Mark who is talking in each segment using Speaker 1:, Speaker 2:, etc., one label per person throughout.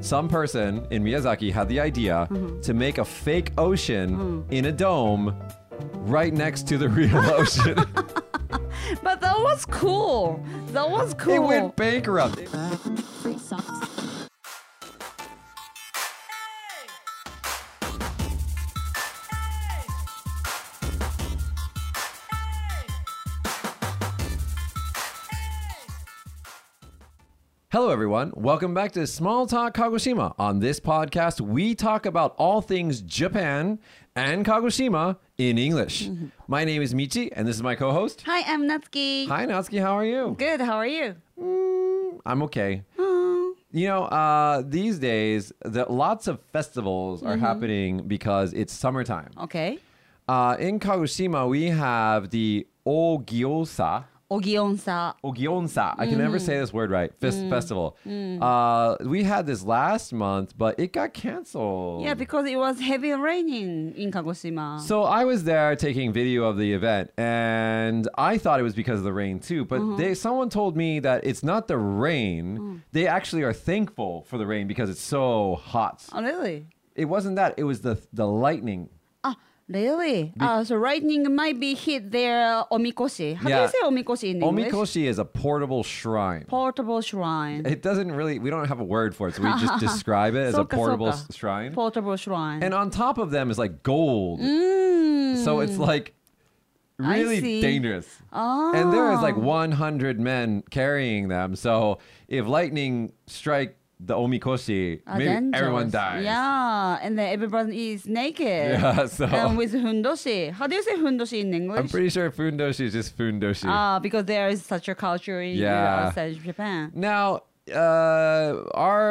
Speaker 1: some person in Miyazaki had the idea to make a fake ocean in a dome right next to the real ocean.
Speaker 2: But that was cool. That was
Speaker 1: it
Speaker 2: cool.
Speaker 1: went bankrupt.
Speaker 3: Free socks.
Speaker 1: Hello, everyone. Welcome back to Small Talk Kagoshima. On this podcast, we talk about all things Japan and Kagoshima in English. My name is Michi, and this is my co host.
Speaker 2: Hi, I'm Natsuki.
Speaker 1: Hi, Natsuki. How are you?
Speaker 2: Good. How are you?
Speaker 1: Mm, I'm okay. You know, uh, these days, the, lots of festivals are happening because it's summertime.
Speaker 2: Okay.
Speaker 1: Uh, in Kagoshima, we have the Ogyosa.
Speaker 2: Ogionsa.
Speaker 1: Ogionsa. I can never say this word right. Fest- Festival. Uh, we had this last month, but it got canceled.
Speaker 2: Yeah, because it was heavy raining in Kagoshima.
Speaker 1: so I was there taking video of the event, and I thought it was because of the rain too. But
Speaker 2: Mm-hmm.
Speaker 1: they, someone told me that it's not the rain;
Speaker 2: Mm.
Speaker 1: they actually are thankful for the rain because it's so hot.
Speaker 2: oh, really?
Speaker 1: It wasn't that; it was the the lightning.
Speaker 2: Ah, really? Ah, so lightning might be hit their omikoshi. How
Speaker 1: Yeah.
Speaker 2: do you say omikoshi in English?
Speaker 1: Omikoshi is a portable shrine.
Speaker 2: Portable shrine.
Speaker 1: It doesn't really. We don't have a word for it, so we just describe it as a
Speaker 2: Soka,
Speaker 1: portable
Speaker 2: soka.
Speaker 1: s- shrine.
Speaker 2: Portable shrine. Mm.
Speaker 1: and on top of them is like gold. So it's like
Speaker 2: I
Speaker 1: really
Speaker 2: see.
Speaker 1: dangerous.
Speaker 2: oh.
Speaker 1: And there is like 100 men carrying them. So if lightning strike the omikoshi,
Speaker 2: Ah,
Speaker 1: maybe
Speaker 2: dangerous.
Speaker 1: everyone dies.
Speaker 2: Yeah, and then everyone is naked.
Speaker 1: Yeah, so-
Speaker 2: And with hundoshi. How do you say hundoshi in English?
Speaker 1: I'm pretty sure fundoshi is just fundoshi.
Speaker 2: Ah, because there is such a culture in
Speaker 1: Yeah.
Speaker 2: uh, outside Japan.
Speaker 1: now, uh, our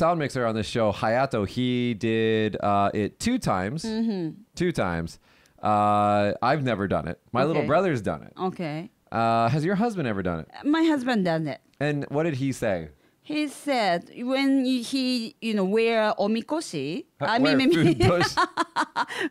Speaker 1: sound mixer on this show, Hayato, he did uh, it two times.
Speaker 2: Mm-hmm.
Speaker 1: Two times. Uh, I've never done it. My little
Speaker 2: Okay.
Speaker 1: brother's done it.
Speaker 2: Okay.
Speaker 1: Uh, has your husband ever done it?
Speaker 2: My husband done it.
Speaker 1: And what did he say?
Speaker 2: He said when he, you know, wear omikoshi, I
Speaker 1: Where
Speaker 2: mean, maybe
Speaker 1: food goes-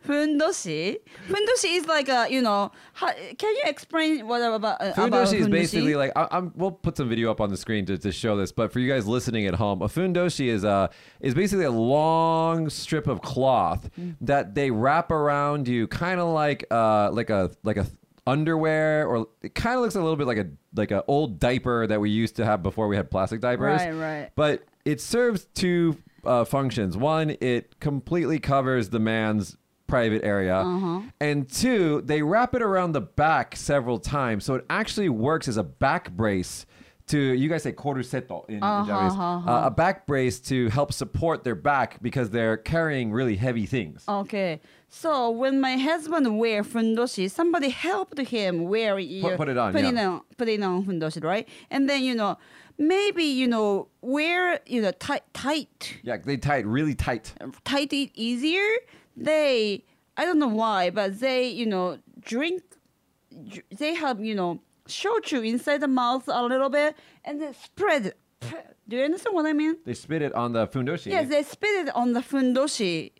Speaker 2: fundoshi. Fundoshi is like a, you know, how, can you explain what about uh, about
Speaker 1: Fundoshi is basically like I, I'm. We'll put some video up on the screen to, to show this, but for you guys listening at home, a fundoshi is a is basically a long strip of cloth
Speaker 2: Mm.
Speaker 1: that they wrap around you, kind of like uh like a like a underwear, or it kind of looks a little bit like a like an old diaper that we used to have before we had plastic diapers.
Speaker 2: Right, right.
Speaker 1: But it serves two uh, functions. One, it completely covers the man's private area.
Speaker 2: Uh-huh.
Speaker 1: And two, they wrap it around the back several times. So it actually works as a back brace to, you guys say koruseto in, in
Speaker 2: Uh-huh,
Speaker 1: Japanese,
Speaker 2: uh-huh.
Speaker 1: Uh, a back brace to help support their back because they're carrying really heavy things.
Speaker 2: Okay, so when my husband wear fundoshi, somebody helped him wear it.
Speaker 1: Put- put it on,
Speaker 2: Put
Speaker 1: yeah.
Speaker 2: it on. Put it on fundoshi, right? And then you know, maybe you know, wear you know tight, tight,
Speaker 1: Yeah, they tie it really tight.
Speaker 2: tight it easier. They, I don't know why, but they you know drink. dr- They have you know shochu inside the mouth a little bit and then spread. it. Do you understand what I mean?
Speaker 1: They spit it on the fundoshi.
Speaker 2: Yes, they spit it on the fundoshi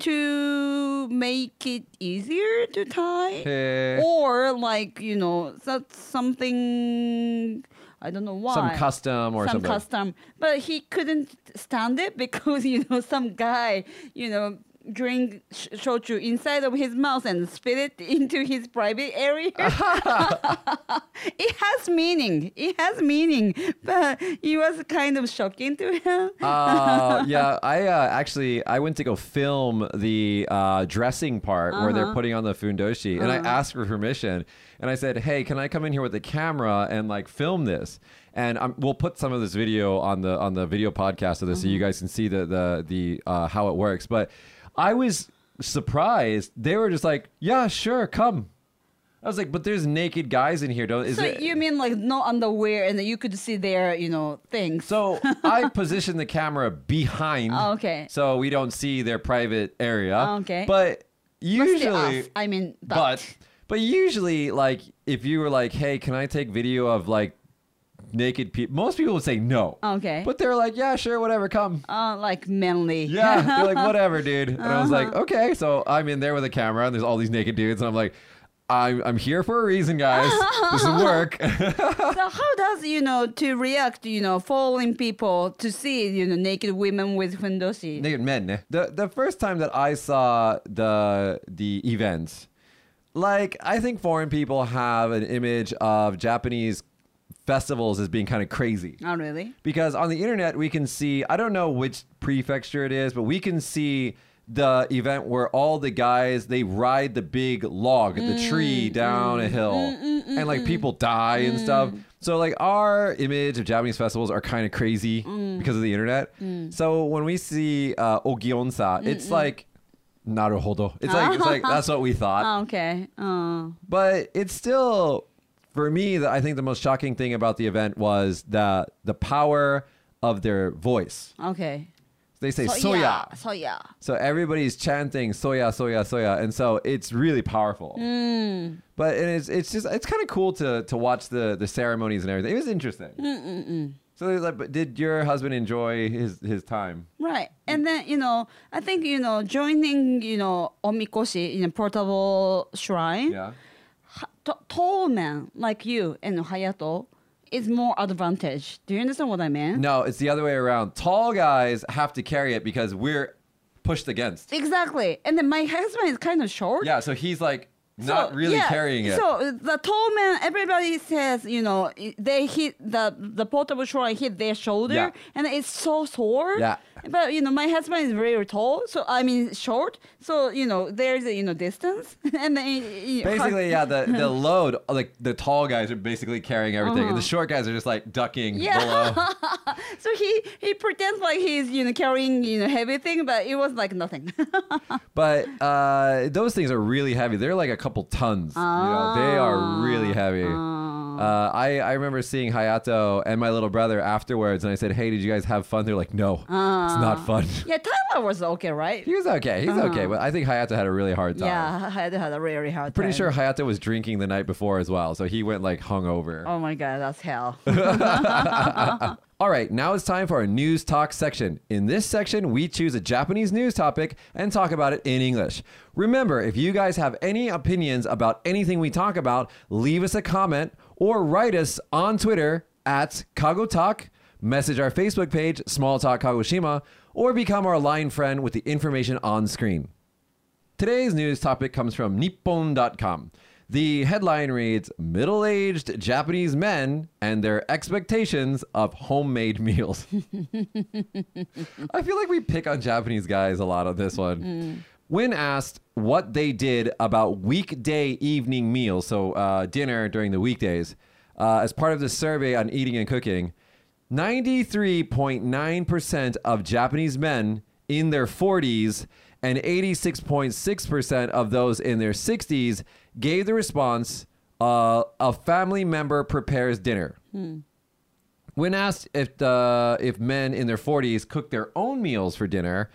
Speaker 2: to make it easier to tie.
Speaker 1: Eh.
Speaker 2: Or like, you know, that's something I don't know why.
Speaker 1: Some custom or
Speaker 2: some
Speaker 1: something.
Speaker 2: custom. But he couldn't stand it because, you know, some guy, you know, drink sh- shochu inside of his mouth and spit it into his private area. it has meaning. It has meaning. But it was kind of shocking to him.
Speaker 1: uh, yeah, I uh, actually I went to go film the uh, dressing part where they're putting on the fundoshi, and I asked for permission, and I said, "Hey, can I come in here with the camera and like film this?" And i we'll put some of this video on the on the video podcast of this, so you guys can see the the the uh, how it works. But I was surprised; they were just like, "Yeah, sure, come." I was like, "But there's naked guys in here, don't?" Is
Speaker 2: so
Speaker 1: it-
Speaker 2: you mean like no underwear and you could see their, you know, things.
Speaker 1: So I position the camera behind.
Speaker 2: Oh, okay. Oh,
Speaker 1: So we don't see their private area.
Speaker 2: Okay.
Speaker 1: But
Speaker 2: Must be
Speaker 1: usually,
Speaker 2: us. I mean, but.
Speaker 1: but but usually, like if you were like, hey, can I take video of like naked people? Most people would say no.
Speaker 2: Oh, Okay.
Speaker 1: But they're like, yeah, sure, whatever, come.
Speaker 2: Uh, like manly.
Speaker 1: Yeah.
Speaker 2: Uh-huh.
Speaker 1: They're like, whatever, dude. And I was like, okay. So I'm in there with a camera, and there's all these naked dudes, and I'm like. I'm, I'm here for a reason, guys. this will work.
Speaker 2: so how does you know to react you know following people to see you know naked women with fundoshi?
Speaker 1: Naked men. ne? The the first time that I saw the the event, like I think foreign people have an image of Japanese festivals as being kind of crazy.
Speaker 2: Not really.
Speaker 1: because on the internet we can see i don't know which prefecture it is but we can see the event where all the guys they ride the big log the tree down a hill and like people die and stuff so like our image of japanese festivals are kind of crazy because of the internet so when we see uh, ogionsa it's like naruhodo it's like it's like that's what we thought
Speaker 2: Ah, okay. Uh,
Speaker 1: but it's still for me that I think the most shocking thing about the event was the the power of their voice.
Speaker 2: okay.
Speaker 1: They say
Speaker 2: Soya.
Speaker 1: soya.
Speaker 2: Soya.
Speaker 1: So everybody's chanting soya, soya, soya, and so it's really powerful. But and it's it's just it's kind of cool to to watch the the ceremonies and everything. It was interesting. So there's like, but did your husband enjoy his his time?
Speaker 2: Right. And then, you know, I think, you know, joining, you know, omikoshi in a portable shrine,
Speaker 1: Yeah.
Speaker 2: ha- t- tall man like you and Hayato is more advantage. Do you understand what I mean?
Speaker 1: No, it's the other way around. Tall guys have to carry it because we're pushed against.
Speaker 2: Exactly. And then my husband is kind of short.
Speaker 1: Yeah, so he's like
Speaker 2: So,
Speaker 1: not really
Speaker 2: yeah,
Speaker 1: carrying it.
Speaker 2: So uh, the tall man, everybody says, you know, they hit the the portable shrine hit their shoulder,
Speaker 1: Yeah.
Speaker 2: and it's so sore.
Speaker 1: Yeah.
Speaker 2: But you know, my husband is very tall, so I mean short. So you know, there's a, you know distance, and then you know,
Speaker 1: basically, yeah, the, the load, like the tall guys are basically carrying everything, and the short guys are just like ducking
Speaker 2: Uh-huh. Yeah.
Speaker 1: below.
Speaker 2: So he he pretends like he's you know carrying you know heavy thing, but it was like nothing.
Speaker 1: But uh, those things are really heavy. They're like a couple tons. You know, they are
Speaker 2: Ah.
Speaker 1: really heavy. Uh, I, I remember seeing Hayato and my little brother afterwards, and I said, Hey, did you guys have fun? They're like, No, it's
Speaker 2: Ah.
Speaker 1: not fun.
Speaker 2: yeah, Tyler was okay, right?
Speaker 1: he was okay. He's okay. But I think Hayato had a really hard time.
Speaker 2: Uh-huh. Yeah, I had, had a really hard
Speaker 1: Pretty
Speaker 2: time.
Speaker 1: sure Hayato was drinking the night before as well, so he went like hungover.
Speaker 2: Oh my god, that's hell.
Speaker 1: All right, now it's time for our news talk section. In this section, we choose a Japanese news topic and talk about it in English. Remember, if you guys have any opinions about anything we talk about, leave us a comment or write us on Twitter at KagoTalk, message our Facebook page, Small Talk Kagoshima, or become our line friend with the information on screen. Today's news topic comes from Nippon.com. The headline reads Middle aged Japanese men and their expectations of homemade meals. I feel like we pick on Japanese guys a lot on this one. When asked what they did about weekday evening meals, so uh, dinner during the weekdays, uh, as part of the survey on eating and cooking, 93.9% of Japanese men in their 40s and 86.6% of those in their 60s gave the response uh, a family member prepares dinner. When asked if the if men in their 40s cook their own meals for dinner,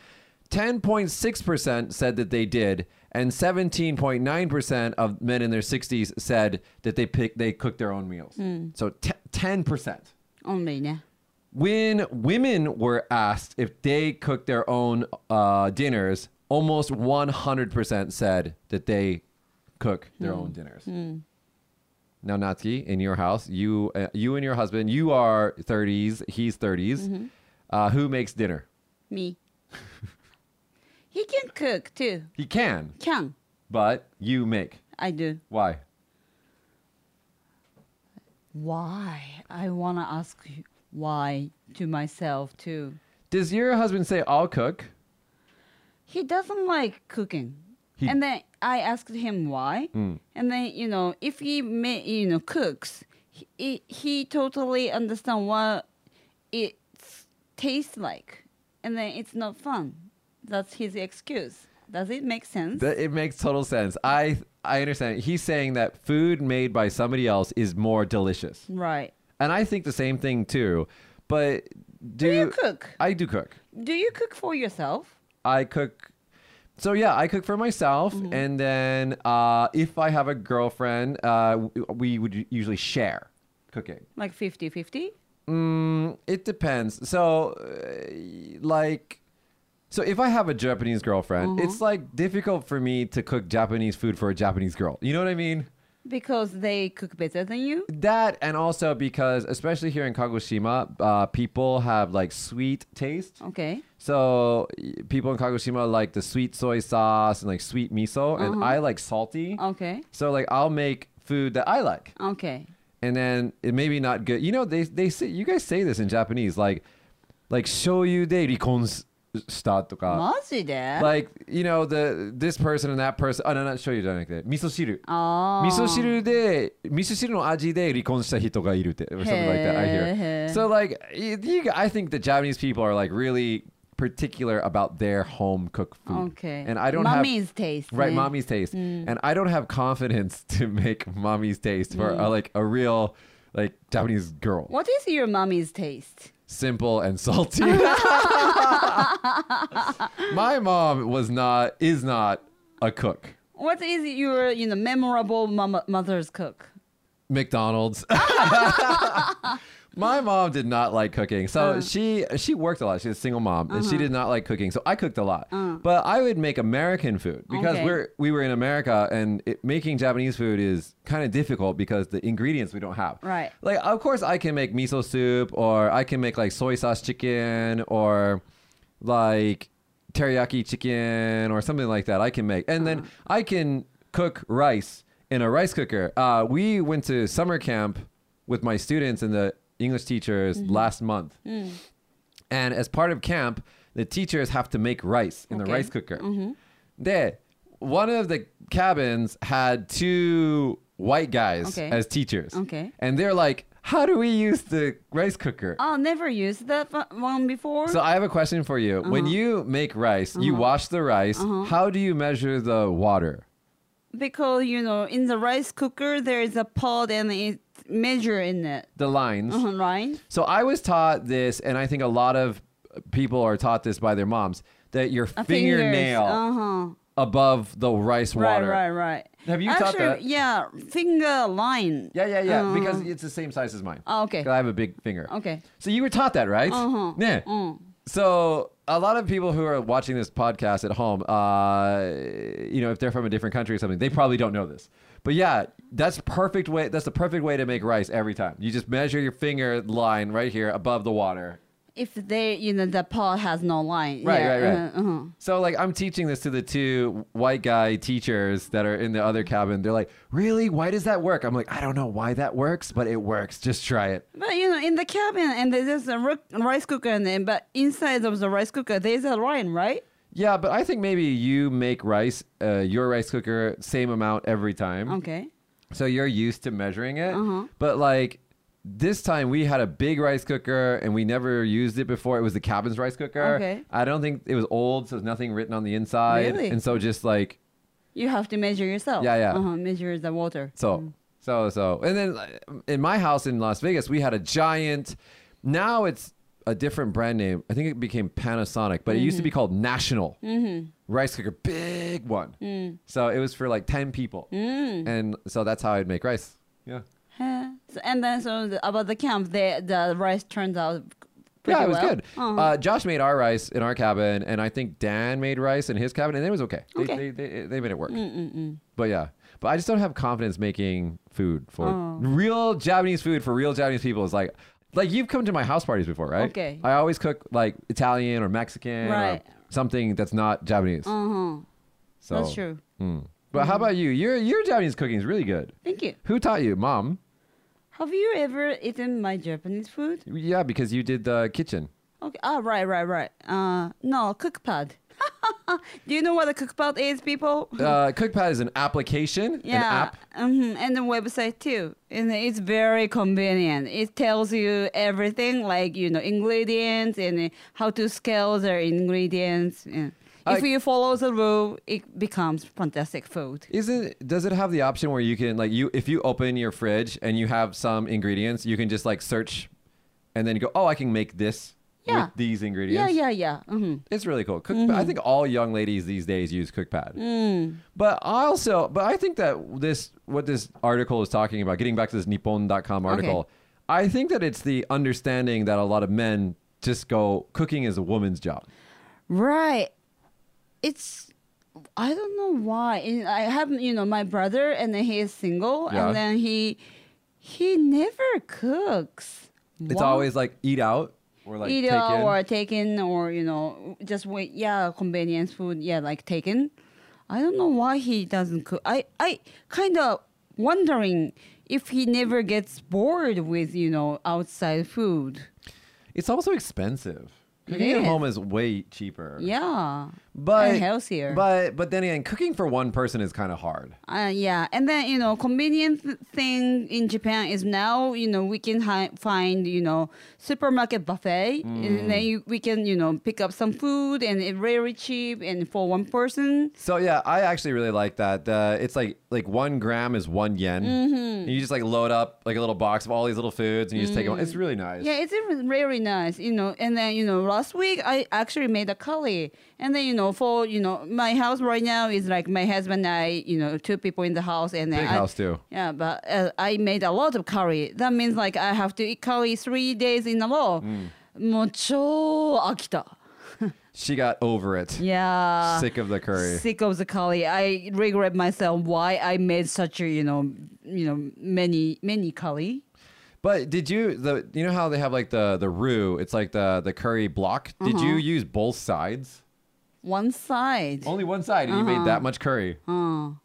Speaker 1: 10.6% said that they did, and 17.9% of men in their 60s said that they pick they cook their own meals. So te- 10%.
Speaker 2: Only, yeah.
Speaker 1: When women were asked if they cooked their own uh, dinners, almost 100% said that they cook their own dinners. Now, Natsuki, in your house, you uh, you and your husband, you are 30s, he's 30s. Uh, who makes dinner?
Speaker 2: Me. he can cook too.
Speaker 1: He can,
Speaker 2: Can
Speaker 1: but you make.
Speaker 2: I do?
Speaker 1: Why?
Speaker 2: Why? I wanna ask you why to myself too.
Speaker 1: Does your husband say I'll cook?
Speaker 2: He doesn't like cooking.
Speaker 1: He-
Speaker 2: and then I asked him why. And then you know, if he ma- you know cooks, he- he he totally understand what it tastes like, and then it's not fun. That's his excuse. Does it make sense?
Speaker 1: That it makes total sense. I I understand. He's saying that food made by somebody else is more delicious.
Speaker 2: right.
Speaker 1: And I think the same thing too. But do,
Speaker 2: Do you cook?
Speaker 1: I do cook.
Speaker 2: Do you cook for yourself?
Speaker 1: I cook. So yeah, I cook for myself,
Speaker 2: Mm-hmm.
Speaker 1: and then uh, if I have a girlfriend, uh, w- we would usually share cooking.
Speaker 2: Like 50 50?
Speaker 1: Mm, it depends. So, uh, like, so if I have a
Speaker 2: Mm-hmm.
Speaker 1: Japanese girlfriend, it's like difficult for me to cook Japanese food for a Japanese girl. You know what I mean?
Speaker 2: because they cook better than you.
Speaker 1: That and also because, especially here in Kagoshima, uh, people have like sweet taste.
Speaker 2: Okay.
Speaker 1: So y- people in Kagoshima like the sweet soy sauce and like sweet miso, and I like salty.
Speaker 2: Okay.
Speaker 1: So like I'll make food that I like,
Speaker 2: Okay.
Speaker 1: and then it maybe not good. You know they they say you guys say this in Japanese like like shoyu de rikon shita
Speaker 2: マジで
Speaker 1: like you know the this person and that person. Oh no, not shoyu じゃなくて miso shiru.
Speaker 2: ああ。
Speaker 1: 味噌汁で味噌汁の味で離婚した人がいるって or something like that I
Speaker 2: へ
Speaker 1: hear
Speaker 2: ー
Speaker 1: so like you, you- I think the Japanese people are like really particular about their home cooked food
Speaker 2: Okay.
Speaker 1: and I don't
Speaker 2: Mommy's
Speaker 1: have
Speaker 2: taste. Mm.
Speaker 1: right
Speaker 2: ね
Speaker 1: mommy's taste and I don't have confidence to make mommy's taste for
Speaker 2: Mm.
Speaker 1: uh, like a real like Japanese girl
Speaker 2: What is your mommy's taste?
Speaker 1: simple and salty my mom was not is not a cook
Speaker 2: What is your, you know, memorable mama, mother's cook?
Speaker 1: McDonald's. My mom did not like cooking, so she she worked a lot. She's a single mom, and she did not like cooking, so I cooked a lot. But I would make American food because
Speaker 2: Okay.
Speaker 1: we're we were in America, and it, making Japanese food is kind of difficult because the ingredients we don't have.
Speaker 2: Right.
Speaker 1: Like of course I can make miso soup, or I can make like soy sauce chicken, or like teriyaki chicken, or something like that. I can make, and then
Speaker 2: Uh-huh.
Speaker 1: I can cook rice in a rice cooker. Uh, we went to summer camp with my students and the English teachers
Speaker 2: Mm-hmm.
Speaker 1: last month.
Speaker 2: Mm.
Speaker 1: And as part of camp, the teachers have to make rice in the
Speaker 2: Okay. Mm-hmm.
Speaker 1: rice cooker. There, one of the cabins had two white guys
Speaker 2: Okay.
Speaker 1: as teachers.
Speaker 2: Okay.
Speaker 1: And they're like, how do we use the rice cooker?
Speaker 2: Oh, never used that fu- one before.
Speaker 1: So I have a question for you.
Speaker 2: Uh-huh.
Speaker 1: When you make rice, you wash the rice. How do you measure the water?
Speaker 2: because, you know, in the rice cooker, there is a pot and it measure in it,
Speaker 1: The lines.
Speaker 2: Uh-huh, right?
Speaker 1: So I was taught this, and I think a lot of people are taught this by their moms that your
Speaker 2: Uh, fingers.
Speaker 1: fingernail
Speaker 2: Uh-huh.
Speaker 1: above the rice
Speaker 2: Right,
Speaker 1: water.
Speaker 2: right, right.
Speaker 1: Have you
Speaker 2: Actually,
Speaker 1: thought that?
Speaker 2: Yeah, finger line.
Speaker 1: Yeah, yeah, yeah.
Speaker 2: Uh-huh.
Speaker 1: Because it's the same size as mine.
Speaker 2: Oh, okay.
Speaker 1: 'Cause I have a big finger.
Speaker 2: Okay.
Speaker 1: So you were taught that, right?
Speaker 2: Uh-huh.
Speaker 1: Yeah.
Speaker 2: Mm.
Speaker 1: So a lot of people who are watching this podcast at home, uh, you know, if they're from a different country or something, they probably don't know this. But yeah, that's perfect way. That's the perfect way to make rice every time. You just measure your finger line right here above the water,
Speaker 2: If they, you know, the pot has no line.
Speaker 1: Right,
Speaker 2: yeah,
Speaker 1: right, right.
Speaker 2: Uh-huh, uh-huh.
Speaker 1: So like I'm teaching this to the two white guy teachers that are in the other cabin. They're like, "Really? Why does that work?" I'm like, "I don't know why that works, but it works. Just try it."
Speaker 2: But you know, in the cabin, and there's a ri- rice cooker, and then, but inside of the rice cooker, there's a line, right?
Speaker 1: Yeah, but I think maybe you make rice, uh, your rice cooker, same amount every time.
Speaker 2: Okay.
Speaker 1: So you're used to measuring it.
Speaker 2: Um, Uh-huh.
Speaker 1: But like this time we had a big rice cooker and we never used it before. It was the cabin's rice cooker.
Speaker 2: Okay.
Speaker 1: I don't think it was old, so there's nothing written on the inside.
Speaker 2: Really?
Speaker 1: And so just like
Speaker 2: You have to measure yourself.
Speaker 1: Yeah, yeah.
Speaker 2: Uh-huh, measure the water.
Speaker 1: So, so, so. And then like, in my house in Las Vegas, we had a giant. Now it's a different brand name. I think it became Panasonic, but it used to be called National Rice Cooker, big one. So it was for like 10 people. And so that's how I'd make rice. Yeah.
Speaker 2: Huh. So, and then so the, about the camp, the the rice turns out pretty
Speaker 1: yeah, it was
Speaker 2: well.
Speaker 1: good.
Speaker 2: Uh-huh.
Speaker 1: Uh, Josh made our rice in our cabin, and I think Dan made rice in his cabin, and it was okay. They,
Speaker 2: Okay.
Speaker 1: they, they, they made it work. But yeah, but I just don't have confidence making food for
Speaker 2: Oh.
Speaker 1: real Japanese food for real Japanese people. Is like, like you've come to my house parties before, right?
Speaker 2: Okay.
Speaker 1: I always cook like Italian or Mexican
Speaker 2: Right.
Speaker 1: or something that's not Japanese.
Speaker 2: Uh-huh.
Speaker 1: Uh, so
Speaker 2: That's true. Mm-hmm.
Speaker 1: mm. But how about you? Your your Japanese cooking is really good.
Speaker 2: Thank you.
Speaker 1: Who taught you, Mom?
Speaker 2: Have you ever eaten my Japanese food?
Speaker 1: Yeah, because you did the kitchen.
Speaker 2: Okay. Ah, right, right, right. Uh, no, cookpad. Do you know what a cookpad is, people?
Speaker 1: Uh, CookPad is an application, an
Speaker 2: yeah.
Speaker 1: app.
Speaker 2: mhm, And the website too. And it's very convenient. It tells you everything, like you know, ingredients and uh, how to scale the ingredients. And if
Speaker 1: I-
Speaker 2: you follow the rule, it becomes fantastic food.
Speaker 1: Isn't does it have the option where you can like you if you open your fridge and you have some ingredients, you can just like search and then go, "Oh, I can make this
Speaker 2: Yeah.
Speaker 1: with these
Speaker 2: Yeah,
Speaker 1: ingredients."
Speaker 2: yeah, yeah. hmm
Speaker 1: It's really cool. Cook, I think all young ladies these days use Cookpad.
Speaker 2: Mm.
Speaker 1: But I also, but I think that this what this article is talking about, getting back to this nippon.com article,
Speaker 2: Okay.
Speaker 1: I think that it's the understanding that a lot of men just go cooking is a woman's job.
Speaker 2: Right. It's I don't know why. And I have you know my brother, and then he is single,
Speaker 1: Yeah.
Speaker 2: and then he he never cooks.
Speaker 1: It's
Speaker 2: Why?
Speaker 1: always like eat out or like
Speaker 2: eat
Speaker 1: take
Speaker 2: out
Speaker 1: in.
Speaker 2: or taken or you know just wait yeah convenience food yeah like taken i don't know why he doesn't cook i i kind of wondering if he never gets bored with you know outside food
Speaker 1: It's also expensive. Cooking at
Speaker 2: is.
Speaker 1: home is way cheaper.
Speaker 2: yeah
Speaker 1: But
Speaker 2: and healthier
Speaker 1: But but then again, cooking for one person is kind of hard.
Speaker 2: uh, yeah and then you know convenient th- thing in japan is now you know we can hi- find you know supermarket buffet and then you, we can you know pick up some food and it's very cheap and for one person
Speaker 1: So yeah, I actually really like that. Uh, it's like like one gram is one yen.
Speaker 2: Mm-hmm.
Speaker 1: And you just like load up like a little box of all these little foods, and you just take them. It's really nice.
Speaker 2: Mm. Yeah, it's even really nice, you know. And then you know, last week I actually made a curry, and then you know, for you know, my house right now is like my husband, and I, you know, two people in the house, and then
Speaker 1: Big
Speaker 2: I,
Speaker 1: house, too.
Speaker 2: Yeah, but uh, I made a lot of curry. That means like I have to eat curry three days in a row.
Speaker 1: Mm.
Speaker 2: もう超飽きた。
Speaker 1: She got over it.
Speaker 2: Yeah.
Speaker 1: Sick of the curry.
Speaker 2: Sick of the curry. I regret myself why I made such a you know you know many many curry.
Speaker 1: But did you the you know how they have like the the roux? It's like the the curry block. Did
Speaker 2: Mm-hmm.
Speaker 1: you use both sides?
Speaker 2: One side.
Speaker 1: Only one side, and you made that much curry.
Speaker 2: Uh.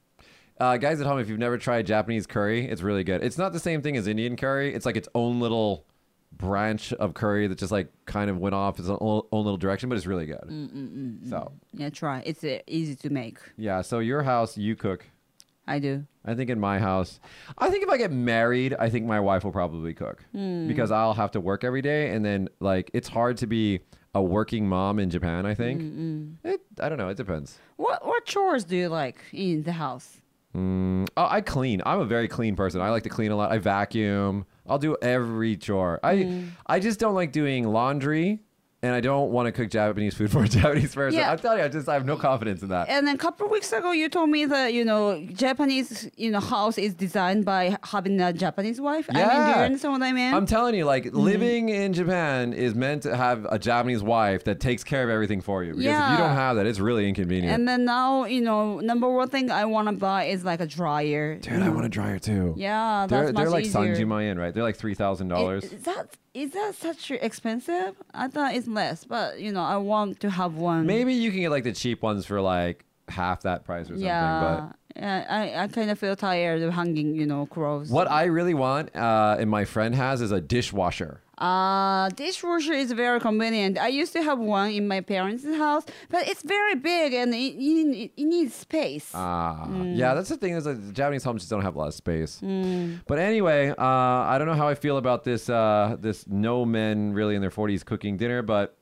Speaker 1: Uh, guys at home, if you've never tried Japanese curry, it's really good. It's not the same thing as Indian curry. It's like its own little branch of curry that just like kind of went off its own, own little direction, but it's really good. So
Speaker 2: Yeah, try. It's uh, easy to make.
Speaker 1: yeah, so your house, you cook.
Speaker 2: I do.
Speaker 1: I think in my house, I think if I get married, I think my wife will probably cook because I'll have to work every day, and then like it's hard to be a working mom in Japan. I think it. I don't know. It depends.
Speaker 2: What what chores do you like in the house?
Speaker 1: Oh, I clean. I'm a very clean person. I like to clean a lot. I vacuum. I'll do every chore. I
Speaker 2: Mm.
Speaker 1: I just don't like doing laundry, and I don't want to cook Japanese food for a Japanese person.
Speaker 2: Yeah.
Speaker 1: I'm telling you, I just I have no confidence in that.
Speaker 2: And then a couple of weeks ago, you told me that you know Japanese you know house is designed by having a Japanese wife. I mean, do you
Speaker 1: Yeah.
Speaker 2: understand what I mean?
Speaker 1: I'm telling you, like
Speaker 2: Mm-hmm.
Speaker 1: living in Japan is meant to have a Japanese wife that takes care of everything for you. Because if
Speaker 2: Yeah.
Speaker 1: you don't have that, it's really inconvenient.
Speaker 2: and then now you know number one thing I want to buy is like a dryer.
Speaker 1: Dude, I want a dryer too.
Speaker 2: Yeah, that's
Speaker 1: they're
Speaker 2: much
Speaker 1: they're like
Speaker 2: easier.
Speaker 1: Sanjimayan, right? They're like three thousand
Speaker 2: It-
Speaker 1: dollars.
Speaker 2: Is that is that such expensive? I thought it's less, but you know I want to have one.
Speaker 1: Maybe you can get like the cheap ones for like half that price or something. But
Speaker 2: Yeah. Yeah, I, I kind of feel tired of hanging, you know, clothes.
Speaker 1: What I really want, uh, and my friend has, is a dishwasher.
Speaker 2: Uh, dishwasher is very convenient. I used to have one in my parents' house, but it's very big and it, it, it needs space.
Speaker 1: Ah,
Speaker 2: Mm.
Speaker 1: yeah, that's the thing is like, the Japanese homes just don't have a lot of space.
Speaker 2: Mm.
Speaker 1: But anyway, uh, I don't know how I feel about this uh, this no men really in their forties cooking dinner, but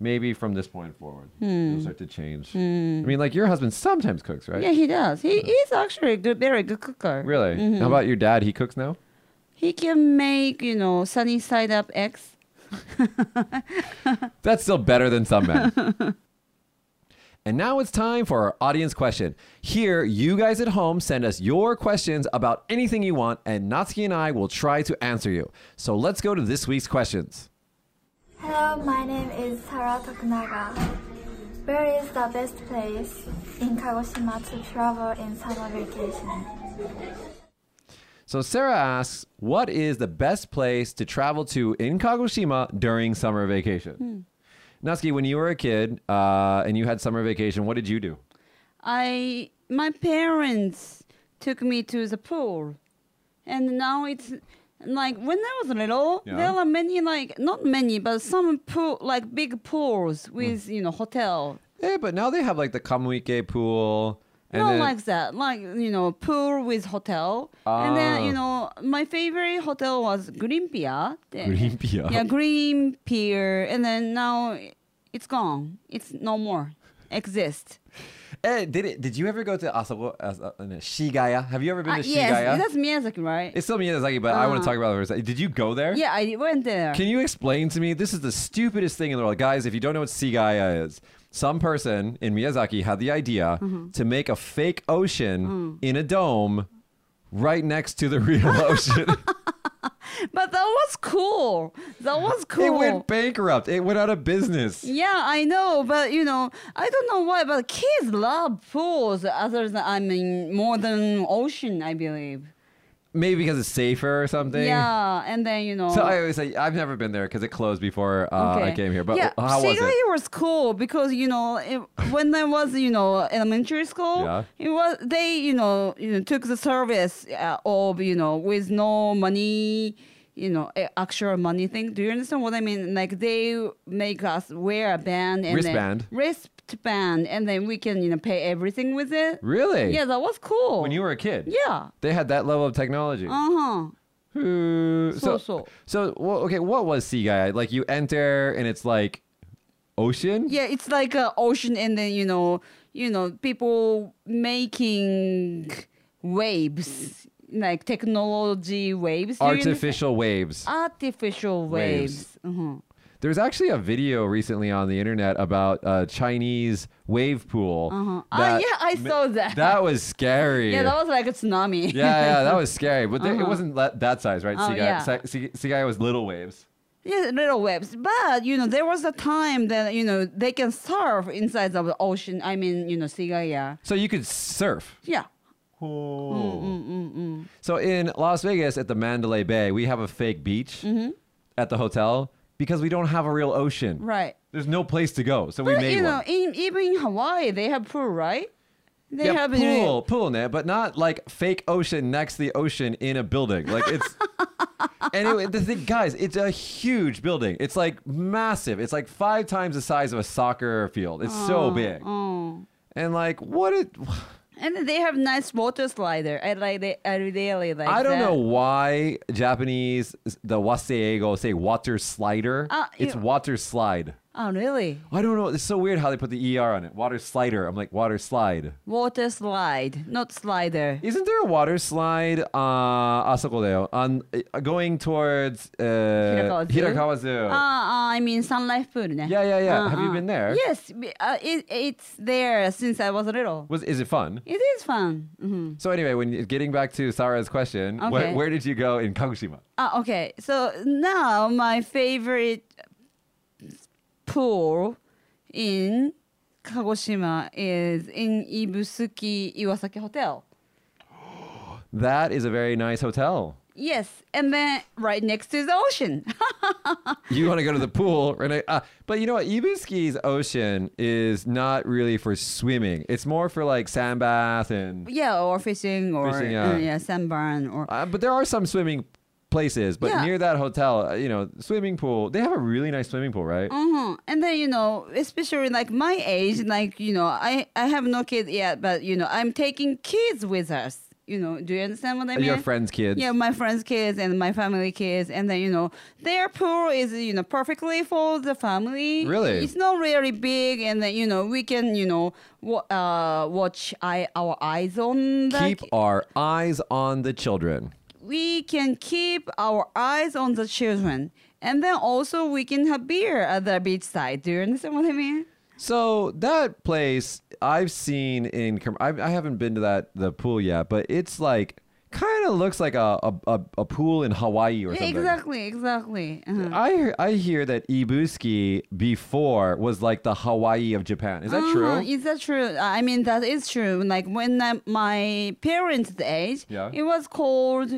Speaker 1: maybe from this point forward it'll start to change. I mean, like your husband sometimes cooks, right?
Speaker 2: Hmm.
Speaker 1: Mm-hmm.
Speaker 2: yeah, he does. He is actually a good, very good cooker.
Speaker 1: Really? How about your dad? He cooks now.
Speaker 2: He can make, you know, sunny side up eggs.
Speaker 1: That's still better than some men. and now it's time for our audience question. Here, you guys at home send us your questions about anything you want, and Natsuki and I will try to answer you. So let's go to this week's questions.
Speaker 4: Hello, my name is Sarah Tokunaga. Where is the best place in Kagoshima to travel in summer vacation?
Speaker 1: So Sarah asks, "What is the best place to travel to in Kagoshima during summer vacation?" Natsuki, when you were a kid uh, and you had summer vacation, what did you do?
Speaker 2: I, my parents took me to the pool, and now it's like when I was little,
Speaker 1: Yeah.
Speaker 2: there are many like not many, but some pool like big pools with you know hotel
Speaker 1: Eh, but now they have like the Kamuike pool. and
Speaker 2: not
Speaker 1: then-
Speaker 2: like that. Like you know, pool with hotel, and then you
Speaker 1: Ah.
Speaker 2: know, my favorite hotel was Green Pier. The-
Speaker 1: Green Pier.
Speaker 2: Yeah, Green Pier, and then now it's gone. It's no more exist.
Speaker 1: Eh, did it? Did you ever go to Asako, As- uh, no, Shigaya? Have you ever been
Speaker 2: Ah,
Speaker 1: to
Speaker 2: yes,
Speaker 1: Shigaya?
Speaker 2: that's Miyazaki, right?
Speaker 1: it's still Miyazaki, but I want
Speaker 2: Uh-huh.
Speaker 1: to talk about it for a second. Did you go there?
Speaker 2: yeah, I went there.
Speaker 1: Can you explain to me? This is the stupidest thing in the world, guys. If you don't know what Shigaya is, some person in Miyazaki had the idea
Speaker 2: Mm-hmm.
Speaker 1: to make a fake ocean
Speaker 2: Mm.
Speaker 1: in a dome right next to the real ocean.
Speaker 2: but that was cool. That was cool.
Speaker 1: It went bankrupt. It went out of business.
Speaker 2: Yeah, I know, but you know, I don't know why, but kids love pools other than I mean more than ocean, I believe.
Speaker 1: Maybe because it's safer or something.
Speaker 2: Yeah, and then you know.
Speaker 1: So I always say I've never been there because it closed before uh, I came here. But
Speaker 2: yeah,
Speaker 1: how was
Speaker 2: Shigai
Speaker 1: it?
Speaker 2: was cool because you know it, when I was you know elementary school,
Speaker 1: Yeah.
Speaker 2: it was they you know you know took the service uh, of you know with no money. You know, a- actual money thing. Do you understand what I mean? Like they make us wear a band and then-
Speaker 1: Wristband.
Speaker 2: wristband, and then we can you know pay everything with it.
Speaker 1: Really?
Speaker 2: Yeah, that was cool.
Speaker 1: When you were a kid.
Speaker 2: yeah.
Speaker 1: They had that level of technology.
Speaker 2: Uh huh.
Speaker 1: Ooh, so,
Speaker 2: So- so.
Speaker 1: so, well, okay, what was Sea Guy? Like, you enter and it's like ocean?
Speaker 2: Yeah, it's like an ocean, and then you know, you know, people making waves, like technology waves, Do you understand? Uh,
Speaker 1: Artificial waves.
Speaker 2: artificial waves.
Speaker 1: Waves.
Speaker 2: Mhm.
Speaker 1: There's actually a video recently on the internet about a Chinese wave pool.
Speaker 2: Uh-huh. Ah,
Speaker 1: that-
Speaker 2: yeah, I saw that.
Speaker 1: That was scary.
Speaker 2: Yeah, that was like a tsunami.
Speaker 1: yeah, yeah, that was scary. But they-
Speaker 2: Uh-huh.
Speaker 1: it wasn't that, that size, right?
Speaker 2: Oh,
Speaker 1: sea, guy,
Speaker 2: yeah.
Speaker 1: Si- sea, sea guy was little waves.
Speaker 2: Yeah, little waves. But you know, there was a time that you know they can surf inside of the ocean. I mean, you know, Sigaya.
Speaker 1: So you could surf.
Speaker 2: Yeah.
Speaker 1: So in Las Vegas at the Mandalay Bay, we have a fake beach at the hotel because we don't have a real ocean.
Speaker 2: Mm-hmm. Right.
Speaker 1: There's no place to go, so we
Speaker 2: But
Speaker 1: made
Speaker 2: you know,
Speaker 1: one.
Speaker 2: in, even in Hawaii, they have pool, right? They
Speaker 1: yeah,
Speaker 2: have uh,
Speaker 1: pool, pool net, but not like fake ocean next to the ocean in a building. Like it's anyway. The thing, guys, it's a huge building. It's like massive. It's like five times the size of a soccer field. It's so big.
Speaker 2: Oh.
Speaker 1: And like, what? It,
Speaker 2: And they have nice water slider. I like they I really like
Speaker 1: I don't
Speaker 2: that.
Speaker 1: know why Japanese the waseigo say water slider.
Speaker 2: Ah,
Speaker 1: it's
Speaker 2: you-
Speaker 1: water slide.
Speaker 2: Oh really?
Speaker 1: I don't know. It's so weird how they put the er on it. Water slider. I'm like water slide.
Speaker 2: Water slide, not slider.
Speaker 1: Isn't there a water slide? Uh, asokodeo on uh, going towards uh,
Speaker 2: Hirakawa Zoo?
Speaker 1: Hirakawa Zoo.
Speaker 2: Ah, uh, I mean Sun Life Pool. ne?
Speaker 1: Yeah, yeah, yeah. Have you
Speaker 2: Uh-uh.
Speaker 1: been there?
Speaker 2: Yes, b- uh, it, it's there since I was little.
Speaker 1: Was is it fun?
Speaker 2: It is fun. hmm
Speaker 1: So anyway, when getting back to Sarah's question, wh-
Speaker 2: Okay.
Speaker 1: where did you go in Kagoshima?
Speaker 2: Ah, okay. So now my favorite pool in Kagoshima is in Ibusuki Iwasaki Hotel.
Speaker 1: That is a very nice hotel.
Speaker 2: Yes, and then right next to the ocean.
Speaker 1: You want to go to the pool, right? now- Uh, but you know what? Ibuski's ocean is not really for swimming. It's more for like sandbath and.
Speaker 2: Yeah, or fishing or
Speaker 1: Fishing,
Speaker 2: uh,
Speaker 1: yeah.
Speaker 2: yeah, sandbarn or
Speaker 1: Uh, but there are some swimming places. But
Speaker 2: Yeah.
Speaker 1: near that hotel, uh, you know, swimming pool. They have a really nice swimming pool, right?
Speaker 2: uh-huh. and then you know, especially like my age, like you know, I I have no kids yet, but you know, I'm taking kids with us. You know, do you understand what I mean?
Speaker 1: Your friends' kids.
Speaker 2: Yeah, my friends' kids and my family kids, and then you know, their pool is you know perfectly for the family.
Speaker 1: Really?
Speaker 2: it's not really big, and then you know we can you know wa- uh, watch I- our eyes on the
Speaker 1: Keep our eyes on the children.
Speaker 2: we can keep our eyes on the children. And then also we can have beer at the beachside. Do you understand what I mean?
Speaker 1: So that place I've seen in Com- I, I haven't been to that the pool yet, but it's like kind of looks like a, a, a, a pool in Hawaii or
Speaker 2: Yeah,
Speaker 1: something.
Speaker 2: exactly, exactly. Uh-huh.
Speaker 1: I hear- I hear that Ibuski before was like the Hawaii of Japan. Is that
Speaker 2: Uh-huh,
Speaker 1: true?
Speaker 2: Is that true? I mean, that is true. Like when I, my parents' age,
Speaker 1: Yeah.
Speaker 2: it was called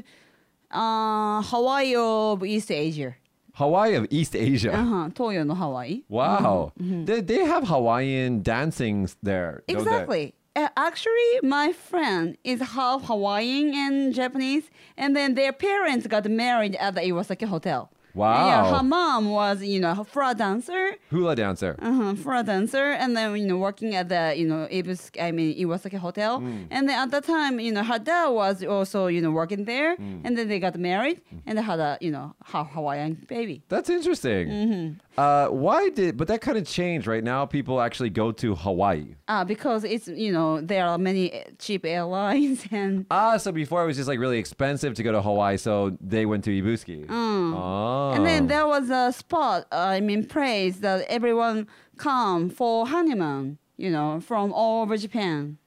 Speaker 2: uh, Hawaii of East Asia.
Speaker 1: Hawaii of East Asia.
Speaker 2: Uh-huh, Mm-hmm. Toyo no Hawaii.
Speaker 1: Wow. They, they have Hawaiian dancings there. don't they?
Speaker 2: Exactly. Uh, actually, my friend is half Hawaiian and Japanese, and then their parents got married at the Iwasaki Hotel. And, yeah,
Speaker 1: Wow.
Speaker 2: her mom was, you know, a fra dancer,
Speaker 1: Hula dancer.
Speaker 2: uh-huh, fra dancer, and then you know working at the, you know, Ibusuki, I mean Iwasaki Hotel, and then at the time, you know, her dad was also, you know, working there, and then they got married, and they had a, you know, half Hawaiian baby.
Speaker 1: That's interesting.
Speaker 2: Mm-hmm.
Speaker 1: Uh, why did, but that kind of changed right now. People actually go to Hawaii.
Speaker 2: Ah, because it's, you know, there are many eh, cheap airlines and.
Speaker 1: Ah, so before it was just like really expensive to go to Hawaii, so they went to Ibuski. Oh.
Speaker 2: Mm. And then there was a spot, uh, I mean, place that everyone come for honeymoon, you know, from all over Japan.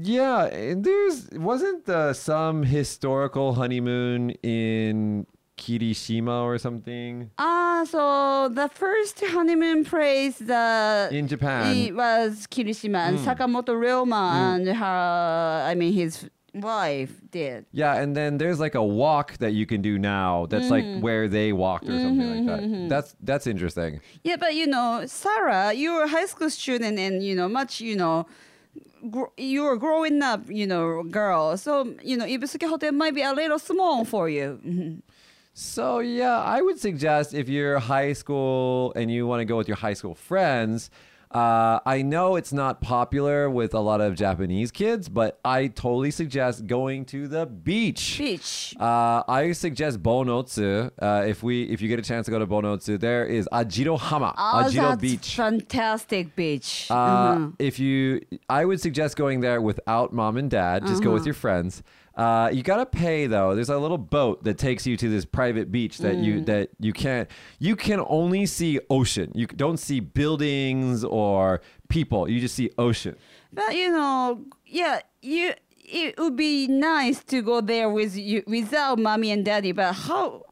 Speaker 1: yeah, and there's wasn't uh, some historical honeymoon in Kirishima or something
Speaker 2: Ah, so the first honeymoon place that
Speaker 1: in Japan. Mm.
Speaker 2: it was Kirishima and Sakamoto Ryoma and her, I mean, his wife did.
Speaker 1: yeah, and then there's like a walk that you can do now that's like where they walked or something like that. That's that's interesting.
Speaker 2: Yeah, but you know, Sarah, you were a high school student and you know, much, you know, gr- you were growing up, you know, girl. So, you know, Ibusuke Hotel might be a little small for you. Mhm.
Speaker 1: So yeah, I would suggest if you're high school and you want to go with your high school friends, uh, I know it's not popular with a lot of Japanese kids, but I totally suggest going to the beach.
Speaker 2: Beach.
Speaker 1: Uh, I suggest Bonotsu. Uh, if we, if you get a chance to go to Bonotsu, there is Ajirohama,
Speaker 2: Ah,
Speaker 1: Ajiro
Speaker 2: that's Mm-hmm.
Speaker 1: Beach.
Speaker 2: Fantastic beach.
Speaker 1: Uh, If you, I would suggest going there without mom and dad. Just
Speaker 2: Mm-hmm.
Speaker 1: go with your friends. Uh, you gotta pay though. There's a little boat that takes you to this private beach that you
Speaker 2: Mm.
Speaker 1: that you can't. You can only see ocean. You don't see buildings or people. You just see ocean.
Speaker 2: But you know, yeah, you it would be nice to go there with you without mommy and daddy. But how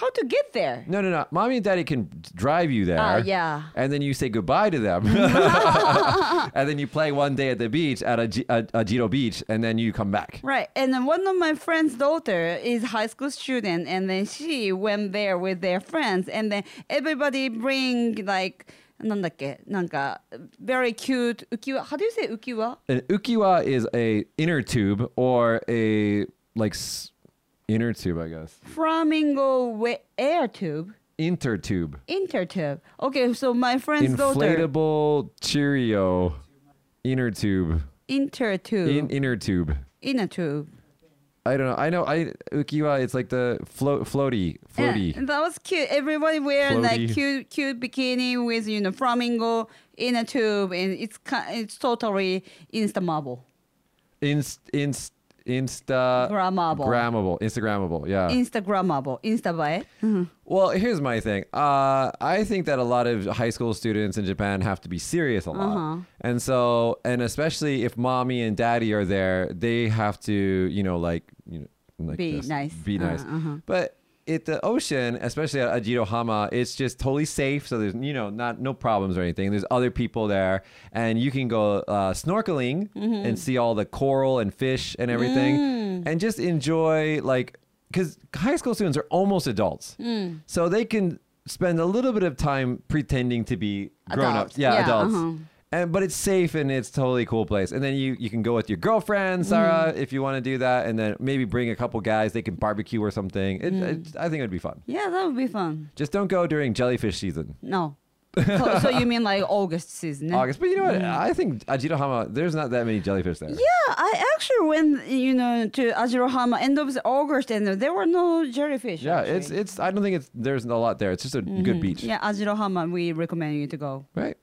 Speaker 2: how to get there?
Speaker 1: No, no, no. Mommy and daddy can drive you there.
Speaker 2: Ah, yeah.
Speaker 1: And then you say goodbye to them. and then you play one day at the beach at a, a, Jiro beach, and then you come back.
Speaker 2: Right, and then one of my friend's daughter is high school student, and then she went there with their friends, and then everybody bring like. なんだっけなんか very cute ukiwa. How do you say ukiwa?
Speaker 1: an ukiwa is a inner tube or a like s- inner tube i guess
Speaker 2: Flamingo wa- air tube,
Speaker 1: intertube
Speaker 2: inter tube. Okay, so my friend's daughter
Speaker 1: inflatable cheerio inner tube
Speaker 2: inter tube,
Speaker 1: in inner tube
Speaker 2: inner tube.
Speaker 1: i don't know i know i ukiwa it's like the float floaty floaty
Speaker 2: Yeah, that was cute. Everybody wearing like
Speaker 1: Floaty.
Speaker 2: cute, cute bikini with you know flamingo in a tube, and it's ki- it's totally insta marble.
Speaker 1: inst inst insta
Speaker 2: Grammable.
Speaker 1: grammable instagrammable yeah
Speaker 2: Instagrammable, Insta buy.
Speaker 1: Well, here's my thing. Uh, I think that a lot of high school students in Japan have to be serious a lot,
Speaker 2: Uh-huh.
Speaker 1: and so and especially if mommy and daddy are there, they have to you know like you know like
Speaker 2: Be
Speaker 1: this,
Speaker 2: nice.
Speaker 1: be
Speaker 2: Uh,
Speaker 1: nice. But at the ocean, especially at Ajirohama, it's just totally safe. So there's you know not no problems or anything. There's other people there, and you can go uh, snorkeling
Speaker 2: Mm-hmm.
Speaker 1: and see all the coral and fish and everything,
Speaker 2: Mm.
Speaker 1: and just enjoy like because high school students are almost adults,
Speaker 2: Mm.
Speaker 1: so they can spend a little bit of time pretending to be grown ups.
Speaker 2: Adults.
Speaker 1: Yeah,
Speaker 2: Yeah,
Speaker 1: adults.
Speaker 2: uh-huh.
Speaker 1: And, but it's safe and it's totally cool place. And then you, you can go with your girlfriend, Sarah,
Speaker 2: Mm.
Speaker 1: if you want to do that. And then maybe bring a couple guys. They can barbecue or something.
Speaker 2: Mm.
Speaker 1: It, it- I think it would be fun.
Speaker 2: Yeah, that would be fun.
Speaker 1: Just don't go during jellyfish season,
Speaker 2: No, so, so you mean like August season? eh?
Speaker 1: August. But you know what? I think Ajirohama, there's not that many jellyfish there.
Speaker 2: Yeah, I actually went you know to Ajirohama end of August, and there were no jellyfish.
Speaker 1: Yeah,
Speaker 2: actually. Mm-hmm.
Speaker 1: it's it's. I don't think it's there's a lot there. It's just a good beach,
Speaker 2: yeah Ajirohama. We recommend you to go.
Speaker 1: right?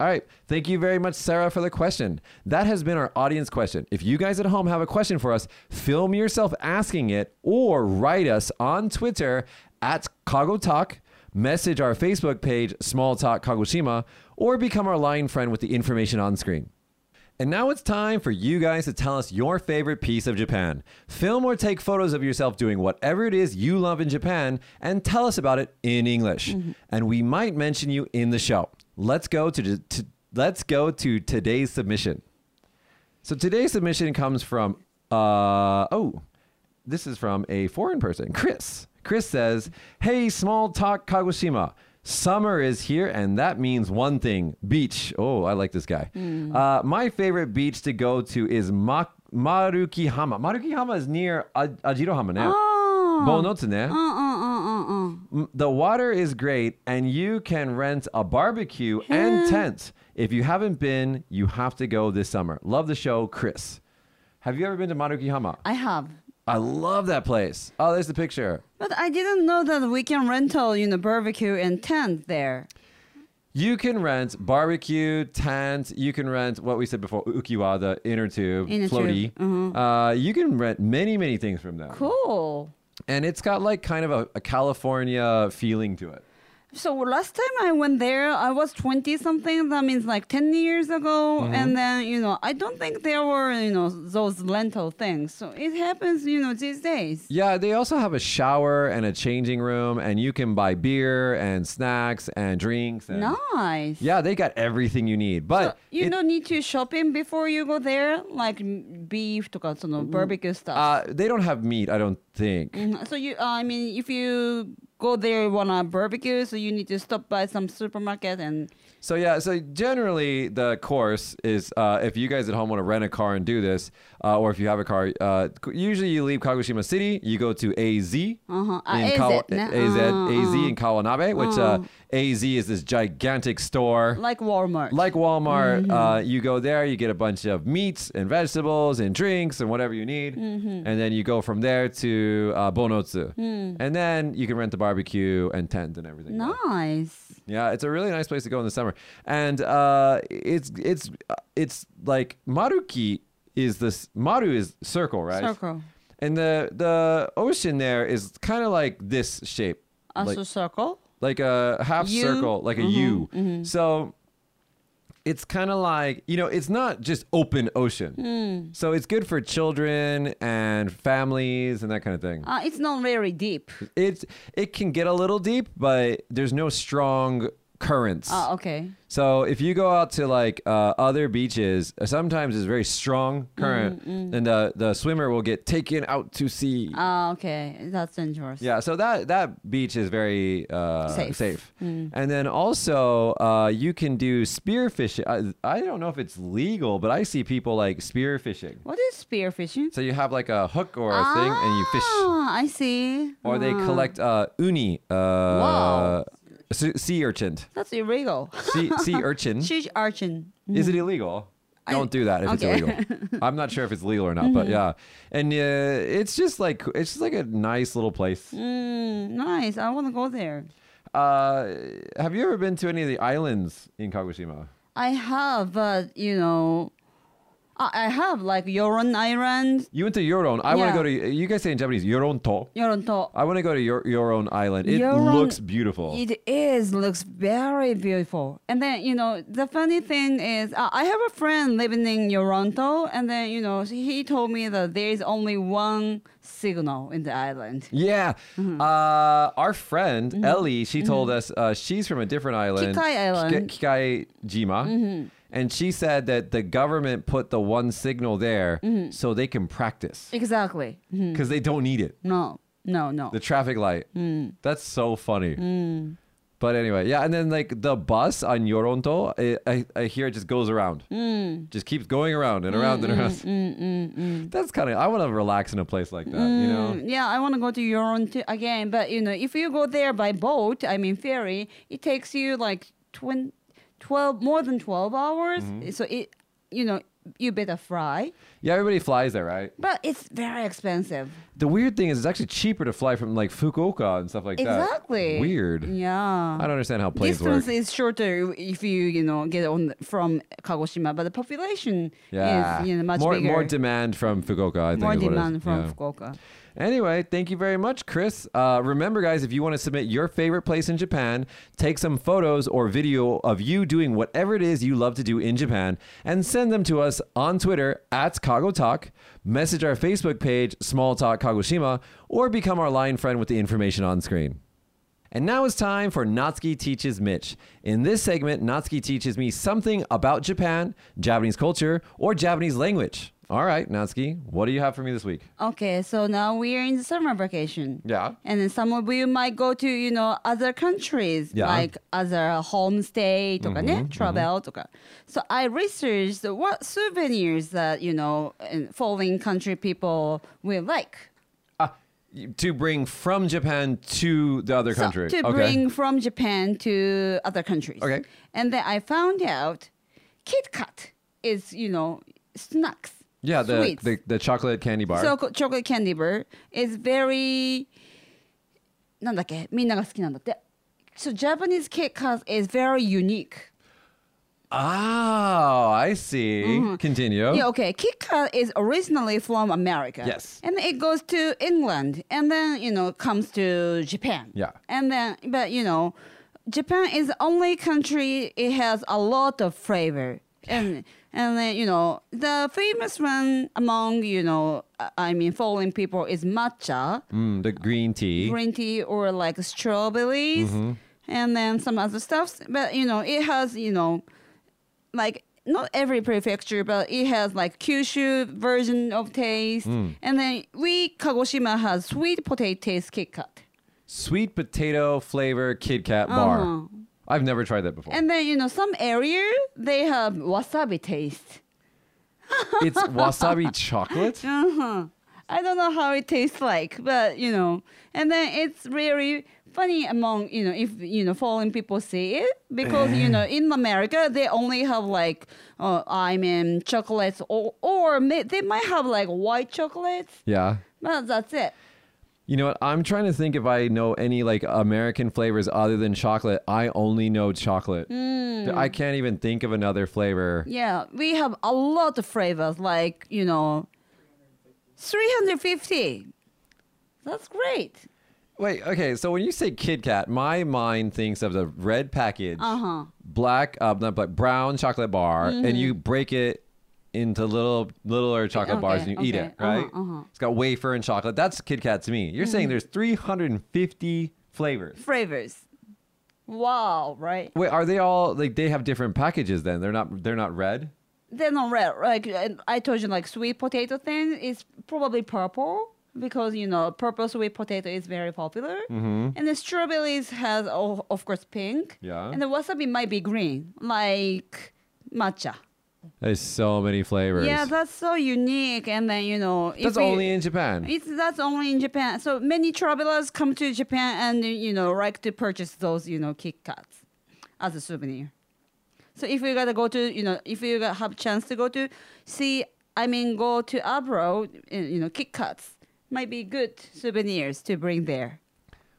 Speaker 1: All right. Thank you very much, Sarah, for the question. That has been our audience question. If you guys at home have a question for us, film yourself asking it or write us on Twitter at Kago Talk, message our Facebook page, Small Talk Kagoshima, or become our line friend with the information on screen. And now it's time for you guys to tell us your favorite piece of Japan. Film or take photos of yourself doing whatever it is you love in Japan and tell us about it in English. And we might mention you in the show. Let's go to, to let's go to today's submission. So today's submission comes from uh oh, this is from a foreign person, Chris. Chris says, "Hey, small talk Kagoshima. Summer is here, and that means one thing: beach. Oh, I like this guy.
Speaker 2: Hmm.
Speaker 1: Uh, my favorite beach to go to is Ma- Marukihama. Marukihama is near A- Ajirohama now.
Speaker 2: Oh.
Speaker 1: Bonotsu ne.
Speaker 2: Uh uh uh uh uh.
Speaker 1: M- The water is great, and you can rent a barbecue and tent. If you haven't been, you have to go this summer. Love the show, Chris. Have you ever been to Marukihama?
Speaker 2: I have.
Speaker 1: I love that place. Oh, there's the picture.
Speaker 2: But I didn't know that we can rental, you know, barbecue and tent there.
Speaker 1: You can rent barbecue, tent. You can rent what we said before, ukiwa, the inner tube,
Speaker 2: Inner tube, mm-hmm.
Speaker 1: floaty. Uh, you can rent many, many things from them.
Speaker 2: Cool.
Speaker 1: And it's got like kind of a, a California feeling to it.
Speaker 2: So last time I went there, I was 20 something. That means like 10 years ago.
Speaker 1: Mm-hmm.
Speaker 2: And then, you know, I don't think there were, you know, those lentil things. So it happens, you know, these days.
Speaker 1: Yeah, they also have a shower and a changing room, and you can buy beer and snacks and drinks. And,
Speaker 2: Nice.
Speaker 1: Yeah, they got everything you need. But
Speaker 2: You
Speaker 1: it-
Speaker 2: don't need to shop in before you go there, like m- beef to got some barbecue stuff.
Speaker 1: Mm-hmm. uh, they don't have meat, I don't think.
Speaker 2: Mhm. so you, I mean, if you go there you wanna barbecue, so you need to stop by some supermarket and
Speaker 1: So yeah, so generally the course is uh, if you guys at home want to rent a car and do this, uh, or if you have a car, uh, usually you leave Kagoshima City, you go to AZ
Speaker 2: Uh-huh. Ah,
Speaker 1: in
Speaker 2: AZ,
Speaker 1: Kawa-
Speaker 2: ne?
Speaker 1: AZ,
Speaker 2: Uh-huh,
Speaker 1: AZ in Kawanabe, which uh, AZ is this gigantic store.
Speaker 2: like Walmart.
Speaker 1: like Walmart,
Speaker 2: Mm-hmm.
Speaker 1: uh, you go there, you get a bunch of meats and vegetables and drinks and whatever you need,
Speaker 2: Mm-hmm.
Speaker 1: and then you go from there to uh, Bonotsu, and then you can rent the barbecue and tent and everything. like that.
Speaker 2: Mm. nice.
Speaker 1: Yeah, it's a really nice place to go in the summer, and uh, it's it's uh, it's like Maruki is this Maru is circle, right?
Speaker 2: Circle.
Speaker 1: And the the ocean there is kind of like this shape,
Speaker 2: Also
Speaker 1: like,
Speaker 2: circle.
Speaker 1: like a half
Speaker 2: U.
Speaker 1: circle, like a U. So it's kind of like you know, it's not just open ocean. So it's good for children and families and that kind of thing.
Speaker 2: Uh, it's not very deep.
Speaker 1: It's it can get a little deep, but there's no strong currents.
Speaker 2: Ah, okay.
Speaker 1: So if you go out to like uh, other beaches, uh, sometimes it's very strong current, and the the swimmer will get taken out to sea.
Speaker 2: Ah, okay. That's dangerous.
Speaker 1: Yeah, so that that beach is very uh, safe.
Speaker 2: Safe. Mm.
Speaker 1: And then also, uh, you can do spear fishing. I, I don't know if it's legal, but I see people like spear fishing.
Speaker 2: What is spear fishing?
Speaker 1: So you have like a hook or a thing, and you fish,
Speaker 2: Ah, I see.
Speaker 1: or they
Speaker 2: Ah,
Speaker 1: collect uh, uni, uh,
Speaker 2: Wow.
Speaker 1: sea sea urchin,
Speaker 2: That's illegal.
Speaker 1: sea, sea urchin.
Speaker 2: She's arching.
Speaker 1: Is it illegal? Don't do that if
Speaker 2: okay. Mm-hmm.
Speaker 1: it's illegal. I'm not sure if it's legal or not, but yeah. And uh, it's just like it's just like a nice little place.
Speaker 2: Mm, nice. I want to go there.
Speaker 1: Uh, have you ever been to any of the islands in Kagoshima?
Speaker 2: I have, but you know, I, I have like Yoron Island,
Speaker 1: You went to Yoron. I want to
Speaker 2: Yeah.
Speaker 1: go to. You guys say in Japanese Yoronto.
Speaker 2: Yoronto.
Speaker 1: I want to go to your Yoron Island. It
Speaker 2: Yoron-
Speaker 1: looks beautiful.
Speaker 2: It is looks very beautiful. And then you know the funny thing is, uh, I have a friend living in Toronto, and then you know he told me that there is only one signal in the island.
Speaker 1: yeah.
Speaker 2: Mm-hmm.
Speaker 1: Uh, our friend Ellie, she told us uh, she's from a different island,
Speaker 2: Kikai Island. Mm-hmm.
Speaker 1: Kikai Jima. And she said that the government put the one signal there
Speaker 2: Mm-hmm.
Speaker 1: so they can practice
Speaker 2: Exactly. Mhm.
Speaker 1: because they don't need it.
Speaker 2: No, no, no.
Speaker 1: The traffic light.
Speaker 2: Mm.
Speaker 1: That's so funny. But anyway, yeah, and then like the bus on Yoronto, I, I, I hear it just goes around,
Speaker 2: Mm.
Speaker 1: just keeps going around and around and around. That's kind of I want to relax in a place like that, you know.
Speaker 2: Mm, yeah, I want to go to Toronto again, but you know if you go there by boat, I mean ferry, it takes you like 20, 12 more than twelve hours.
Speaker 1: Mm-hmm.
Speaker 2: So it, you know, you better fry,
Speaker 1: Yeah, everybody flies there, right?
Speaker 2: but it's very expensive.
Speaker 1: The weird thing is, it's actually cheper to fly from like Fukuoka and stuff like that.
Speaker 2: Exactly.
Speaker 1: Weird.
Speaker 2: Yeah.
Speaker 1: I don't understand how planes
Speaker 2: Distance
Speaker 1: work.
Speaker 2: is shorter if you you know get on the- from Kagoshima, but the population
Speaker 1: yeah,
Speaker 2: is you know much
Speaker 1: more
Speaker 2: bigger.
Speaker 1: more demand from Fukuoka. I think
Speaker 2: More
Speaker 1: is what it is.
Speaker 2: demand from
Speaker 1: Yeah.
Speaker 2: Fukuoka.
Speaker 1: Anyway, thank you very much, Chris. Uh, remember, guys, if you want to submit your favorite place in Japan, take some photos or video of you doing whatever it is you love to do in Japan and send them to us on Twitter at KagoTalk, message our Facebook page, Small Talk Kagoshima, or become our line friend with the information on screen. And now it's time for Natsuki Teaches Mitch. In this segment, Natsuki teaches me something about Japan, Japanese culture, or Japanese language. All right, Natsuki, what do you have for me this week?
Speaker 2: Okay, so now we are in the summer vacation.
Speaker 1: Yeah.
Speaker 2: And then some of you might go to, you know, other countries,
Speaker 1: Yeah. Mm-hmm,
Speaker 2: like other homestay, とかね travel とか. So I researched what souvenirs that, you know, in foreign country people will like.
Speaker 1: to bring from Japan to the other
Speaker 2: So,
Speaker 1: country.
Speaker 2: to bring from Japan to other countries.
Speaker 1: Okay.
Speaker 2: And then I found out Kit Kat is, you know, snacks.
Speaker 1: yeah, the,
Speaker 2: sweets.
Speaker 1: the the chocolate candy bar.
Speaker 2: So co- chocolate candy bar is very なんだっけみんなが好きなんだって。So Japanese cake cut is very unique.
Speaker 1: oh, I see.
Speaker 2: Mm-hmm.
Speaker 1: Continue.
Speaker 2: Yeah, okay. Kit Kat is originally from America.
Speaker 1: Yes.
Speaker 2: And it goes to England and then, you know, comes to Japan.
Speaker 1: Yeah.
Speaker 2: And then, but, you know, Japan is the only country it has a lot of flavor. And and then, you know the famous one among you know I- I mean foreign people is matcha,
Speaker 1: Mm, the green tea.
Speaker 2: green tea or like strawberries, and then some other stuffs. But you know it has you know like not every prefecture, but it has like Kyushu version of taste. And then we Kagoshima has sweet potato taste Kit Kat.
Speaker 1: Sweet potato flavor Kit Kat bar.
Speaker 2: Uh-huh.
Speaker 1: I've never tried that before.
Speaker 2: And then you know some area they have wasabi taste.
Speaker 1: it's wasabi chocolate.
Speaker 2: Uh-huh. I don't know how it tastes like, but you know, and then it's really funny among you know if you know foreign people see it because you know in America they only have like uh, I mean chocolates or or may, they might have like white chocolates,
Speaker 1: Yeah.
Speaker 2: but that's it.
Speaker 1: You know what? I'm trying to think if I know any like American flavors other than chocolate. I only know chocolate.
Speaker 2: Mm.
Speaker 1: I can't even think of another flavor.
Speaker 2: Yeah, we have a lot of flavors like you know, three hundred fifty. That's great.
Speaker 1: Wait, okay. So when you say Kit Kat, my mind thinks of the red package,
Speaker 2: Uh-huh. Mm-hmm.
Speaker 1: black, uh, not black, brown chocolate bar, and you break it into little, littler chocolate bars and
Speaker 2: Okay,
Speaker 1: you eat
Speaker 2: okay,
Speaker 1: it, right?
Speaker 2: uh-huh, uh-huh. Mm-hmm.
Speaker 1: It's got wafer and chocolate. That's Kit Kat to me. You're saying there's 350 flavors.
Speaker 2: flavors. Wow, right?
Speaker 1: Wait, are they all like they have different packages? Then they're not they're not red.
Speaker 2: They're not red. Like uh, I told you, like sweet potato thing is probably purple because you know purple sweet potato is very popular. And the strawberries has o- of course pink.
Speaker 1: Mm-hmm. Yeah.
Speaker 2: And the wasabi might be green, like matcha.
Speaker 1: There's so many flavors.
Speaker 2: Yeah, that's so unique. And then you know, if
Speaker 1: that's
Speaker 2: we-
Speaker 1: only in Japan.
Speaker 2: It's that's only in Japan. So many travelers come to Japan and you know like to purchase those you know Kit Kats as a souvenir. So if you gotta go to you know if you gotta have chance to go to see I mean go to abroad uh, you know Kit Kats might be good souvenirs to bring there.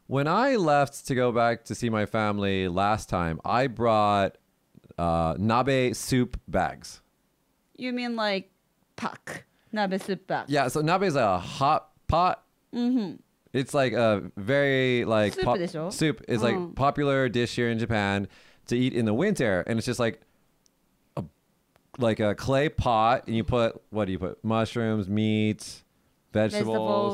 Speaker 1: When I left to go back to see my family last time, I brought uh, nabe soup bags.
Speaker 2: You mean like pak nabe soup pak?
Speaker 1: Yeah, so nabe is a hot pot. Mm-hmm. It's like a very like
Speaker 2: Soup でしょ
Speaker 1: soup. It's
Speaker 2: Oh.
Speaker 1: like popular dish here in Japan to eat in the winter, and it's just like a like a clay pot, and you put what do you put? Mushrooms, meat, vegetables,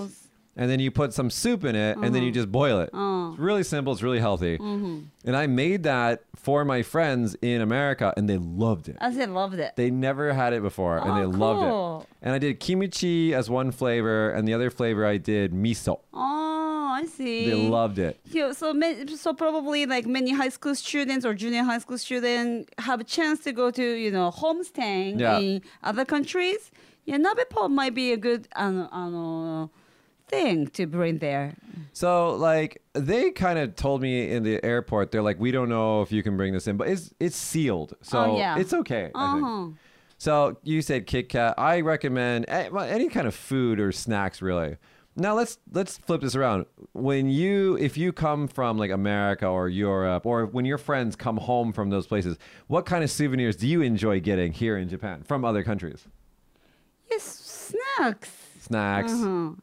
Speaker 2: Vegetables.
Speaker 1: and then you put some soup in it, and then you just boil it.
Speaker 2: Oh.
Speaker 1: It's really simple. It's really healthy. And I made that for my friends in America, and they loved it.
Speaker 2: I said loved it.
Speaker 1: They never had it before, and
Speaker 2: Oh,
Speaker 1: they loved
Speaker 2: cool.
Speaker 1: it. And I did kimchi as one flavor, and the other flavor I did miso.
Speaker 2: oh, I see.
Speaker 1: They loved it.
Speaker 2: Yeah, so ma- so probably like many high school students or junior high school students have a chance to go to you know homestaying
Speaker 1: Yeah.
Speaker 2: in other countries. Yeah, nabe pot might be a good um, um, thing to bring there.
Speaker 1: So like they kind of told me in the airport, they're like, "We don't know if you can bring this in, but it's it's sealed, so
Speaker 2: Oh, yeah.
Speaker 1: it's okay." I think.
Speaker 2: Uh-huh.
Speaker 1: So you said Kit Kat. I recommend a- well, any kind of food or snacks really. Now let's let's flip this around. When you if you come from like America or Europe or when your friends come home from those places, what kind of souvenirs do you enjoy getting here in Japan from other countries?
Speaker 2: Yes, snacks.
Speaker 1: Snacks.
Speaker 2: Uh-huh.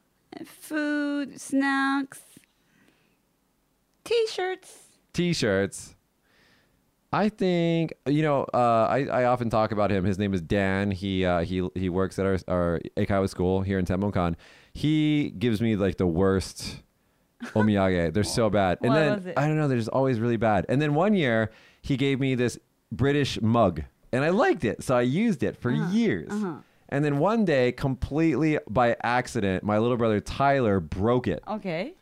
Speaker 2: Food, snacks, t-shirts.
Speaker 1: T-shirts. I think you know. Uh, I I often talk about him. His name is Dan. He uh, he he works at our our Eikawa school here in Temonkan. He gives me like the worst omiyage. They're so bad. And
Speaker 2: What
Speaker 1: then
Speaker 2: was it?
Speaker 1: I don't know. They're just always really bad. And then one year he gave me this British mug, and I liked it, so I used it for
Speaker 2: Uh-huh.
Speaker 1: years. And then one day, completely by accident, my little brother Tyler broke it.
Speaker 2: Okay.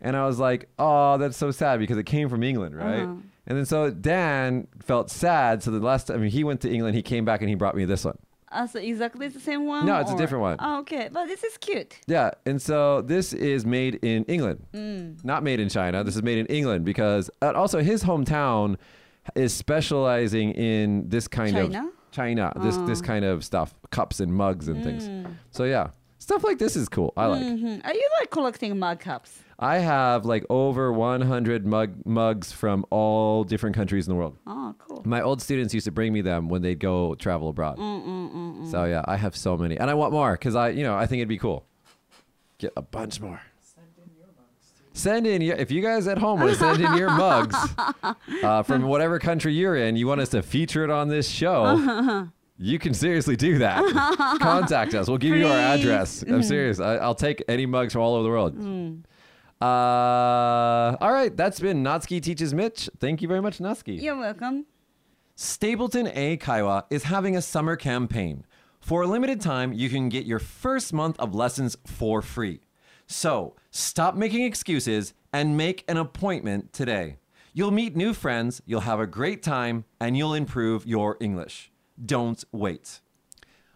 Speaker 1: And I was like, oh, that's so sad because it came from England, right?
Speaker 2: Uh-huh.
Speaker 1: And then so Dan felt sad. So the last time he went to England, he came back and he brought me this one.
Speaker 2: Uh, so exactly the same one?
Speaker 1: No, it's a
Speaker 2: or-
Speaker 1: different one.
Speaker 2: Oh, okay. But this is cute.
Speaker 1: Yeah. And so this is made in England,
Speaker 2: Mm.
Speaker 1: not made in China. This is made in England because uh, also his hometown is specializing in this kind
Speaker 2: China? Uh.
Speaker 1: of China, this, this kind of stuff, cups and mugs and
Speaker 2: Mm.
Speaker 1: things. So yeah, stuff like this is cool. I like.
Speaker 2: Mhm. Are you like collecting mug cups?
Speaker 1: I have like over 100 mug, mugs from all different countries in the world.
Speaker 2: Oh, cool. Mm,
Speaker 1: My old students used to bring me them when they'd go travel abroad. So yeah, I have so many, and I want more because I, you know, I think it'd be cool. Get a bunch more. Send in your mugs. Send in your, if you guys at home want to send in your mugs uh, from whatever country you're in, you want us to feature it on this show. You can seriously do that. Contact us. We'll give you our
Speaker 2: Please. Mm-hmm.
Speaker 1: address. I'm serious. I, I'll take any mugs from all over the world.
Speaker 2: Mm.
Speaker 1: Uh, all right, that's been Natsuki teaches Mitch. Thank you very much, Natsuki.
Speaker 2: You're welcome.
Speaker 1: Stapleton A Kaiwa is having a summer campaign. For a limited time, you can get your first month of lessons for free. So, stop making excuses and make an appointment today. You'll meet new friends, you'll have a great time, and you'll improve your English. Don't wait.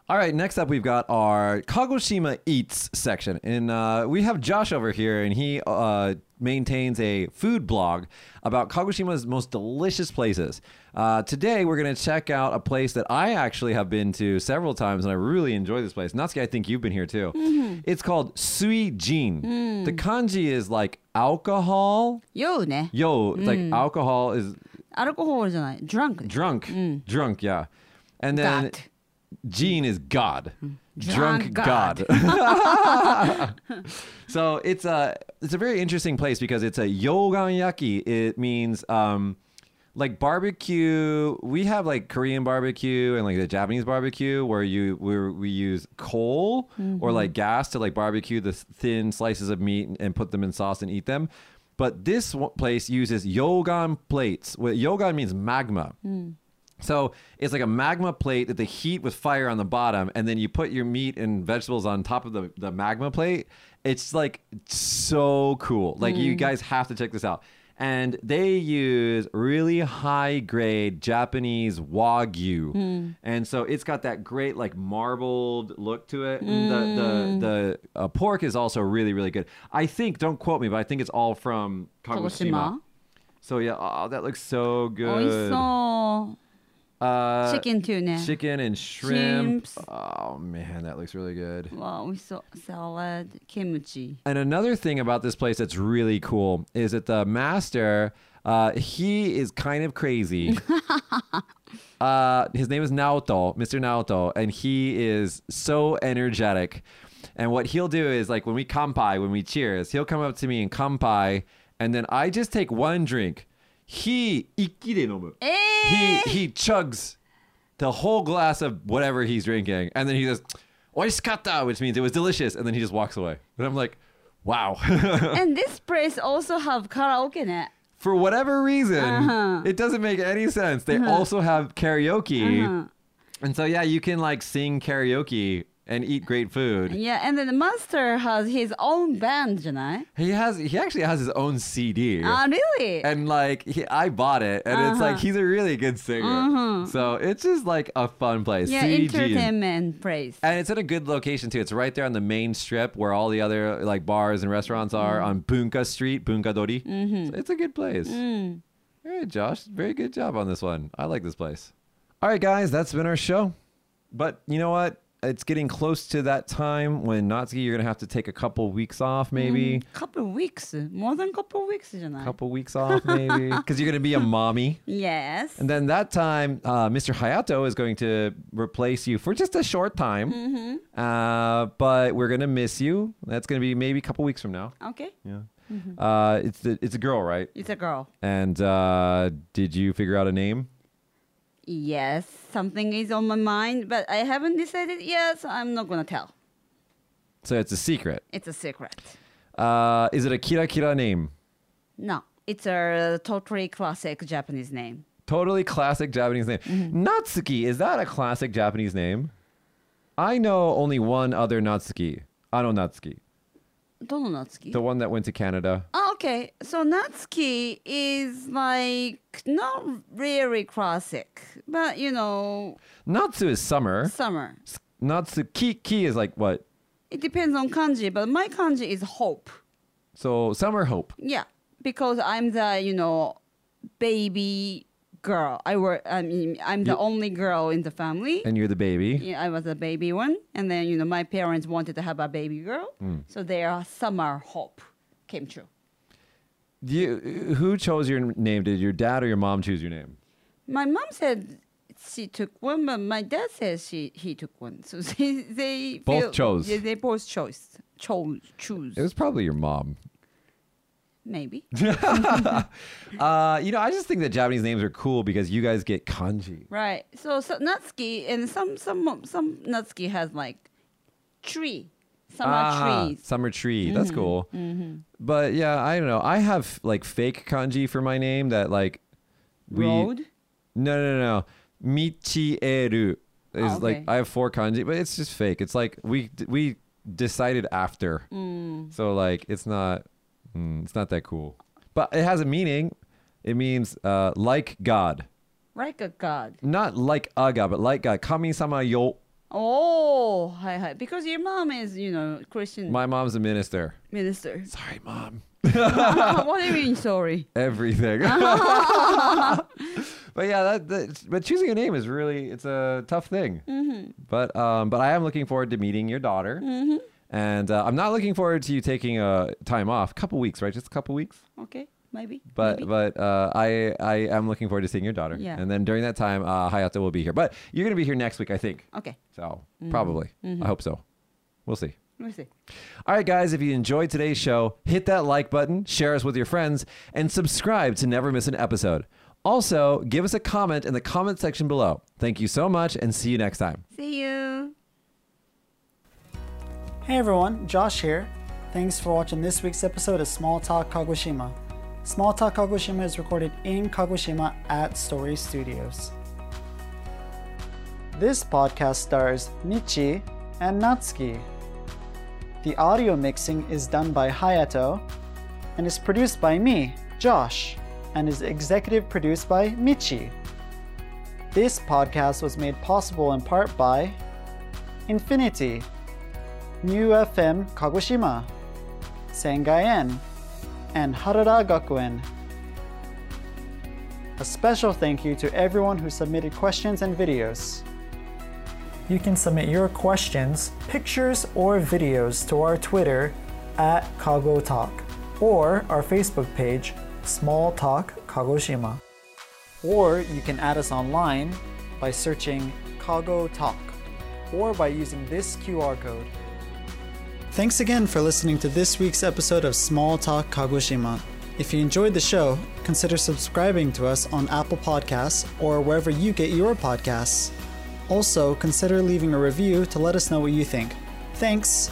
Speaker 1: All right, next up we've got our Kagoshima Eats section. And uh, we have Josh over here, and he uh, maintains a food blog about Kagoshima's most delicious places. Uh, today we're going to check out a place that I actually have been to several times, and I really enjoy this place. Natsuki, I think you've been here too. It's called Sui Jin. The kanji is like alcohol.
Speaker 2: 酔うね。
Speaker 1: Yo, it's like alcohol is
Speaker 2: アルコホールじゃない。drunk。
Speaker 1: drunk. Drunk, yeah. And then.
Speaker 2: God.
Speaker 1: Gene is God. Drunk God.
Speaker 2: Drunk
Speaker 1: so it's a it's a very interesting place because it's a yoganyaki. It means um, like barbecue. We have like Korean barbecue and like the Japanese barbecue where you where we use coal or like gas to like barbecue the thin slices of meat and, and put them in sauce and eat them. But this one place uses yogan plates. What yogan means magma. So it's like a magma plate that they heat with fire on the bottom, and then you put your meat and vegetables on top of the, the magma plate. It's like so cool. Like you guys have to check this out. And they use really high grade Japanese wagyu, and so it's got that great like marbled look to it. And The the the uh, pork is also really really good. I think don't quote me, but I think it's all from Kagoshima.
Speaker 2: Kagoshima?
Speaker 1: So yeah, oh, that looks so good.
Speaker 2: 美味しそう。
Speaker 1: Uh,
Speaker 2: Chicken too ね。
Speaker 1: chicken and shrimp.
Speaker 2: Shrimps.
Speaker 1: Oh man, that looks really good.
Speaker 2: わあ、美味しそう。Salad、キムチ。
Speaker 1: And another thing about this place that's really cool is that the master, uh, he is kind of crazy. uh, his name is Naoto, Mr. Naoto, and he is so energetic. And what he'll do is like when we kampai, when we cheers, he'll come up to me and kampai, and then I just take one drink. He ikirenomu. He he chugs the whole glass of whatever he's drinking, and then he says, "Oishikata," which means it was delicious, and then he just walks away. And I'm like, "Wow."
Speaker 2: And this place also have karaoke ね。
Speaker 1: For whatever reason,
Speaker 2: Uh-huh.
Speaker 1: it doesn't make any sense. They also have karaoke,
Speaker 2: Uh-huh.
Speaker 1: and so yeah, you can like sing karaoke and eat great food.
Speaker 2: Yeah, and then the master has his own band じゃない
Speaker 1: He has he actually has his own CD.
Speaker 2: あ、really?
Speaker 1: and like he, I bought it, and it's
Speaker 2: Uh-huh.
Speaker 1: like he's a really good singer. So it's just like a fun place.
Speaker 2: Mm-hmm. Yeah,
Speaker 1: CG.
Speaker 2: entertainment place.
Speaker 1: And it's in a good location too. It's right there on the main strip where all the other like bars and restaurants are on Bunka Street, Bunka Dori. So it's a good place. All right, Josh, very good job on this one. I like this place. All right, guys, that's been our show. But you know what? It's getting close to that time when Natsuki, you're gonna have to take a couple weeks off, maybe.
Speaker 2: Couple weeks? More than couple weeks じゃない
Speaker 1: Couple weeks off, maybe, because you're gonna be a mommy.
Speaker 2: Yes.
Speaker 1: And then that time, uh, Mr. Hayato is going to replace you for just a short time. Uh, but we're gonna miss you. That's gonna be maybe a couple weeks from now.
Speaker 2: Okay.
Speaker 1: Yeah. Uh, it's the, it's a girl, right?
Speaker 2: It's a girl.
Speaker 1: And uh, did you figure out a name?
Speaker 2: Yes, something is on my mind, but I haven't decided yet, so I'm not gonna tell.
Speaker 1: So it's a secret.
Speaker 2: It's a secret.
Speaker 1: Uh, is it a kira kira name?
Speaker 2: No, it's a totally classic Japanese name.
Speaker 1: Totally classic Japanese name. Natsuki is that a classic Japanese name? I know only one other Natsuki. Ano Natsuki,
Speaker 2: Dono Natsuki?
Speaker 1: the one that went to Canada.
Speaker 2: Oh, okay, so Natsuki is like not really classic, but you know,
Speaker 1: Natsu is summer.
Speaker 2: summer.
Speaker 1: Natsu ki ki is like what?
Speaker 2: It depends on kanji, but my kanji is hope.
Speaker 1: So summer hope.
Speaker 2: Yeah, because I'm the you know baby girl. I were I mean I'm the
Speaker 1: You-
Speaker 2: only girl in the family.
Speaker 1: And you're the baby.
Speaker 2: yeah, I was a baby one, and then you know my parents wanted to have a baby girl,
Speaker 1: Mm.
Speaker 2: so their summer hope came true.
Speaker 1: You, who chose your name? Did your dad or your mom choose your name?
Speaker 2: My mom said she took one, but my dad says she he took one. So they they
Speaker 1: Both
Speaker 2: feel-
Speaker 1: chose.
Speaker 2: Yeah, they both chose chose choose.
Speaker 1: It was probably your mom.
Speaker 2: Maybe.
Speaker 1: Uh, you know, I just think that Japanese names are cool because you guys get kanji.
Speaker 2: right. So, so Natsuki and some some some Natsuki has like tree. Some
Speaker 1: Ah,
Speaker 2: are trees. Mm-hmm.
Speaker 1: Summer tree. That's cool. But yeah, I don't know. I have like fake kanji for my name that like we
Speaker 2: Road.
Speaker 1: No, no, no. Michieru is
Speaker 2: Oh,
Speaker 1: like
Speaker 2: okay.
Speaker 1: I have four kanji, but it's just fake. It's like we we decided after.
Speaker 2: Mm.
Speaker 1: So like it's not mm, it's not that cool. But it has a meaning. It means uh, like God.
Speaker 2: Like a god.
Speaker 1: Not like a god, but like God. Kami-sama yo.
Speaker 2: Oh, hi hi. Because your mom is, you know, Christian
Speaker 1: My mom's a minister.
Speaker 2: minister.
Speaker 1: Sorry, mom.
Speaker 2: what do you mean sorry?
Speaker 1: everything. but yeah, that, that but choosing a name is really it's a tough thing.
Speaker 2: Mm-hmm.
Speaker 1: But um, but I am looking forward to meeting your daughter, and uh, I'm not looking forward to you taking a time off, couple weeks, right? Just a couple weeks.
Speaker 2: Okay, maybe.
Speaker 1: But
Speaker 2: maybe.
Speaker 1: but uh, I I am looking forward to seeing your daughter,
Speaker 2: Yeah.
Speaker 1: and then during that time, uh, Hayato will be here. But you're gonna be here next week, I think.
Speaker 2: okay,
Speaker 1: So
Speaker 2: Mm-hmm.
Speaker 1: probably, I hope so. We'll see.
Speaker 2: let me see.
Speaker 1: All right, guys, if you enjoyed today's show, hit that like button, share us with your friends, and subscribe to never miss an episode. Also, give us a comment in the comment section below. Thank you so much and see you next time.
Speaker 2: See you.
Speaker 5: Hey everyone, Josh here. Thanks for watching this week's episode of Small Talk Kagoshima. Small Talk Kagoshima is recorded in Kagoshima at Story Studios. This podcast stars Michi and Natsuki. The audio mixing is done by Hayato and is produced by me, Josh, and is executive produced by Michi. This podcast was made possible in part by Infinity. New FM Kagoshima, Sengayen, and Harada Gakuen. A special thank you to everyone who submitted questions and videos. You can submit your questions, pictures, or videos to our Twitter at Kago Talk or our Facebook page, Small Talk Kagoshima. Or you can add us online by searching Kago Talk or by using this QR code. Thanks again for listening to this week's episode of Small Talk Kagoshima. If you enjoyed the show, consider subscribing to us on Apple Podcasts or wherever you get your podcasts. Also, consider leaving a review to let us know what you think. Thanks!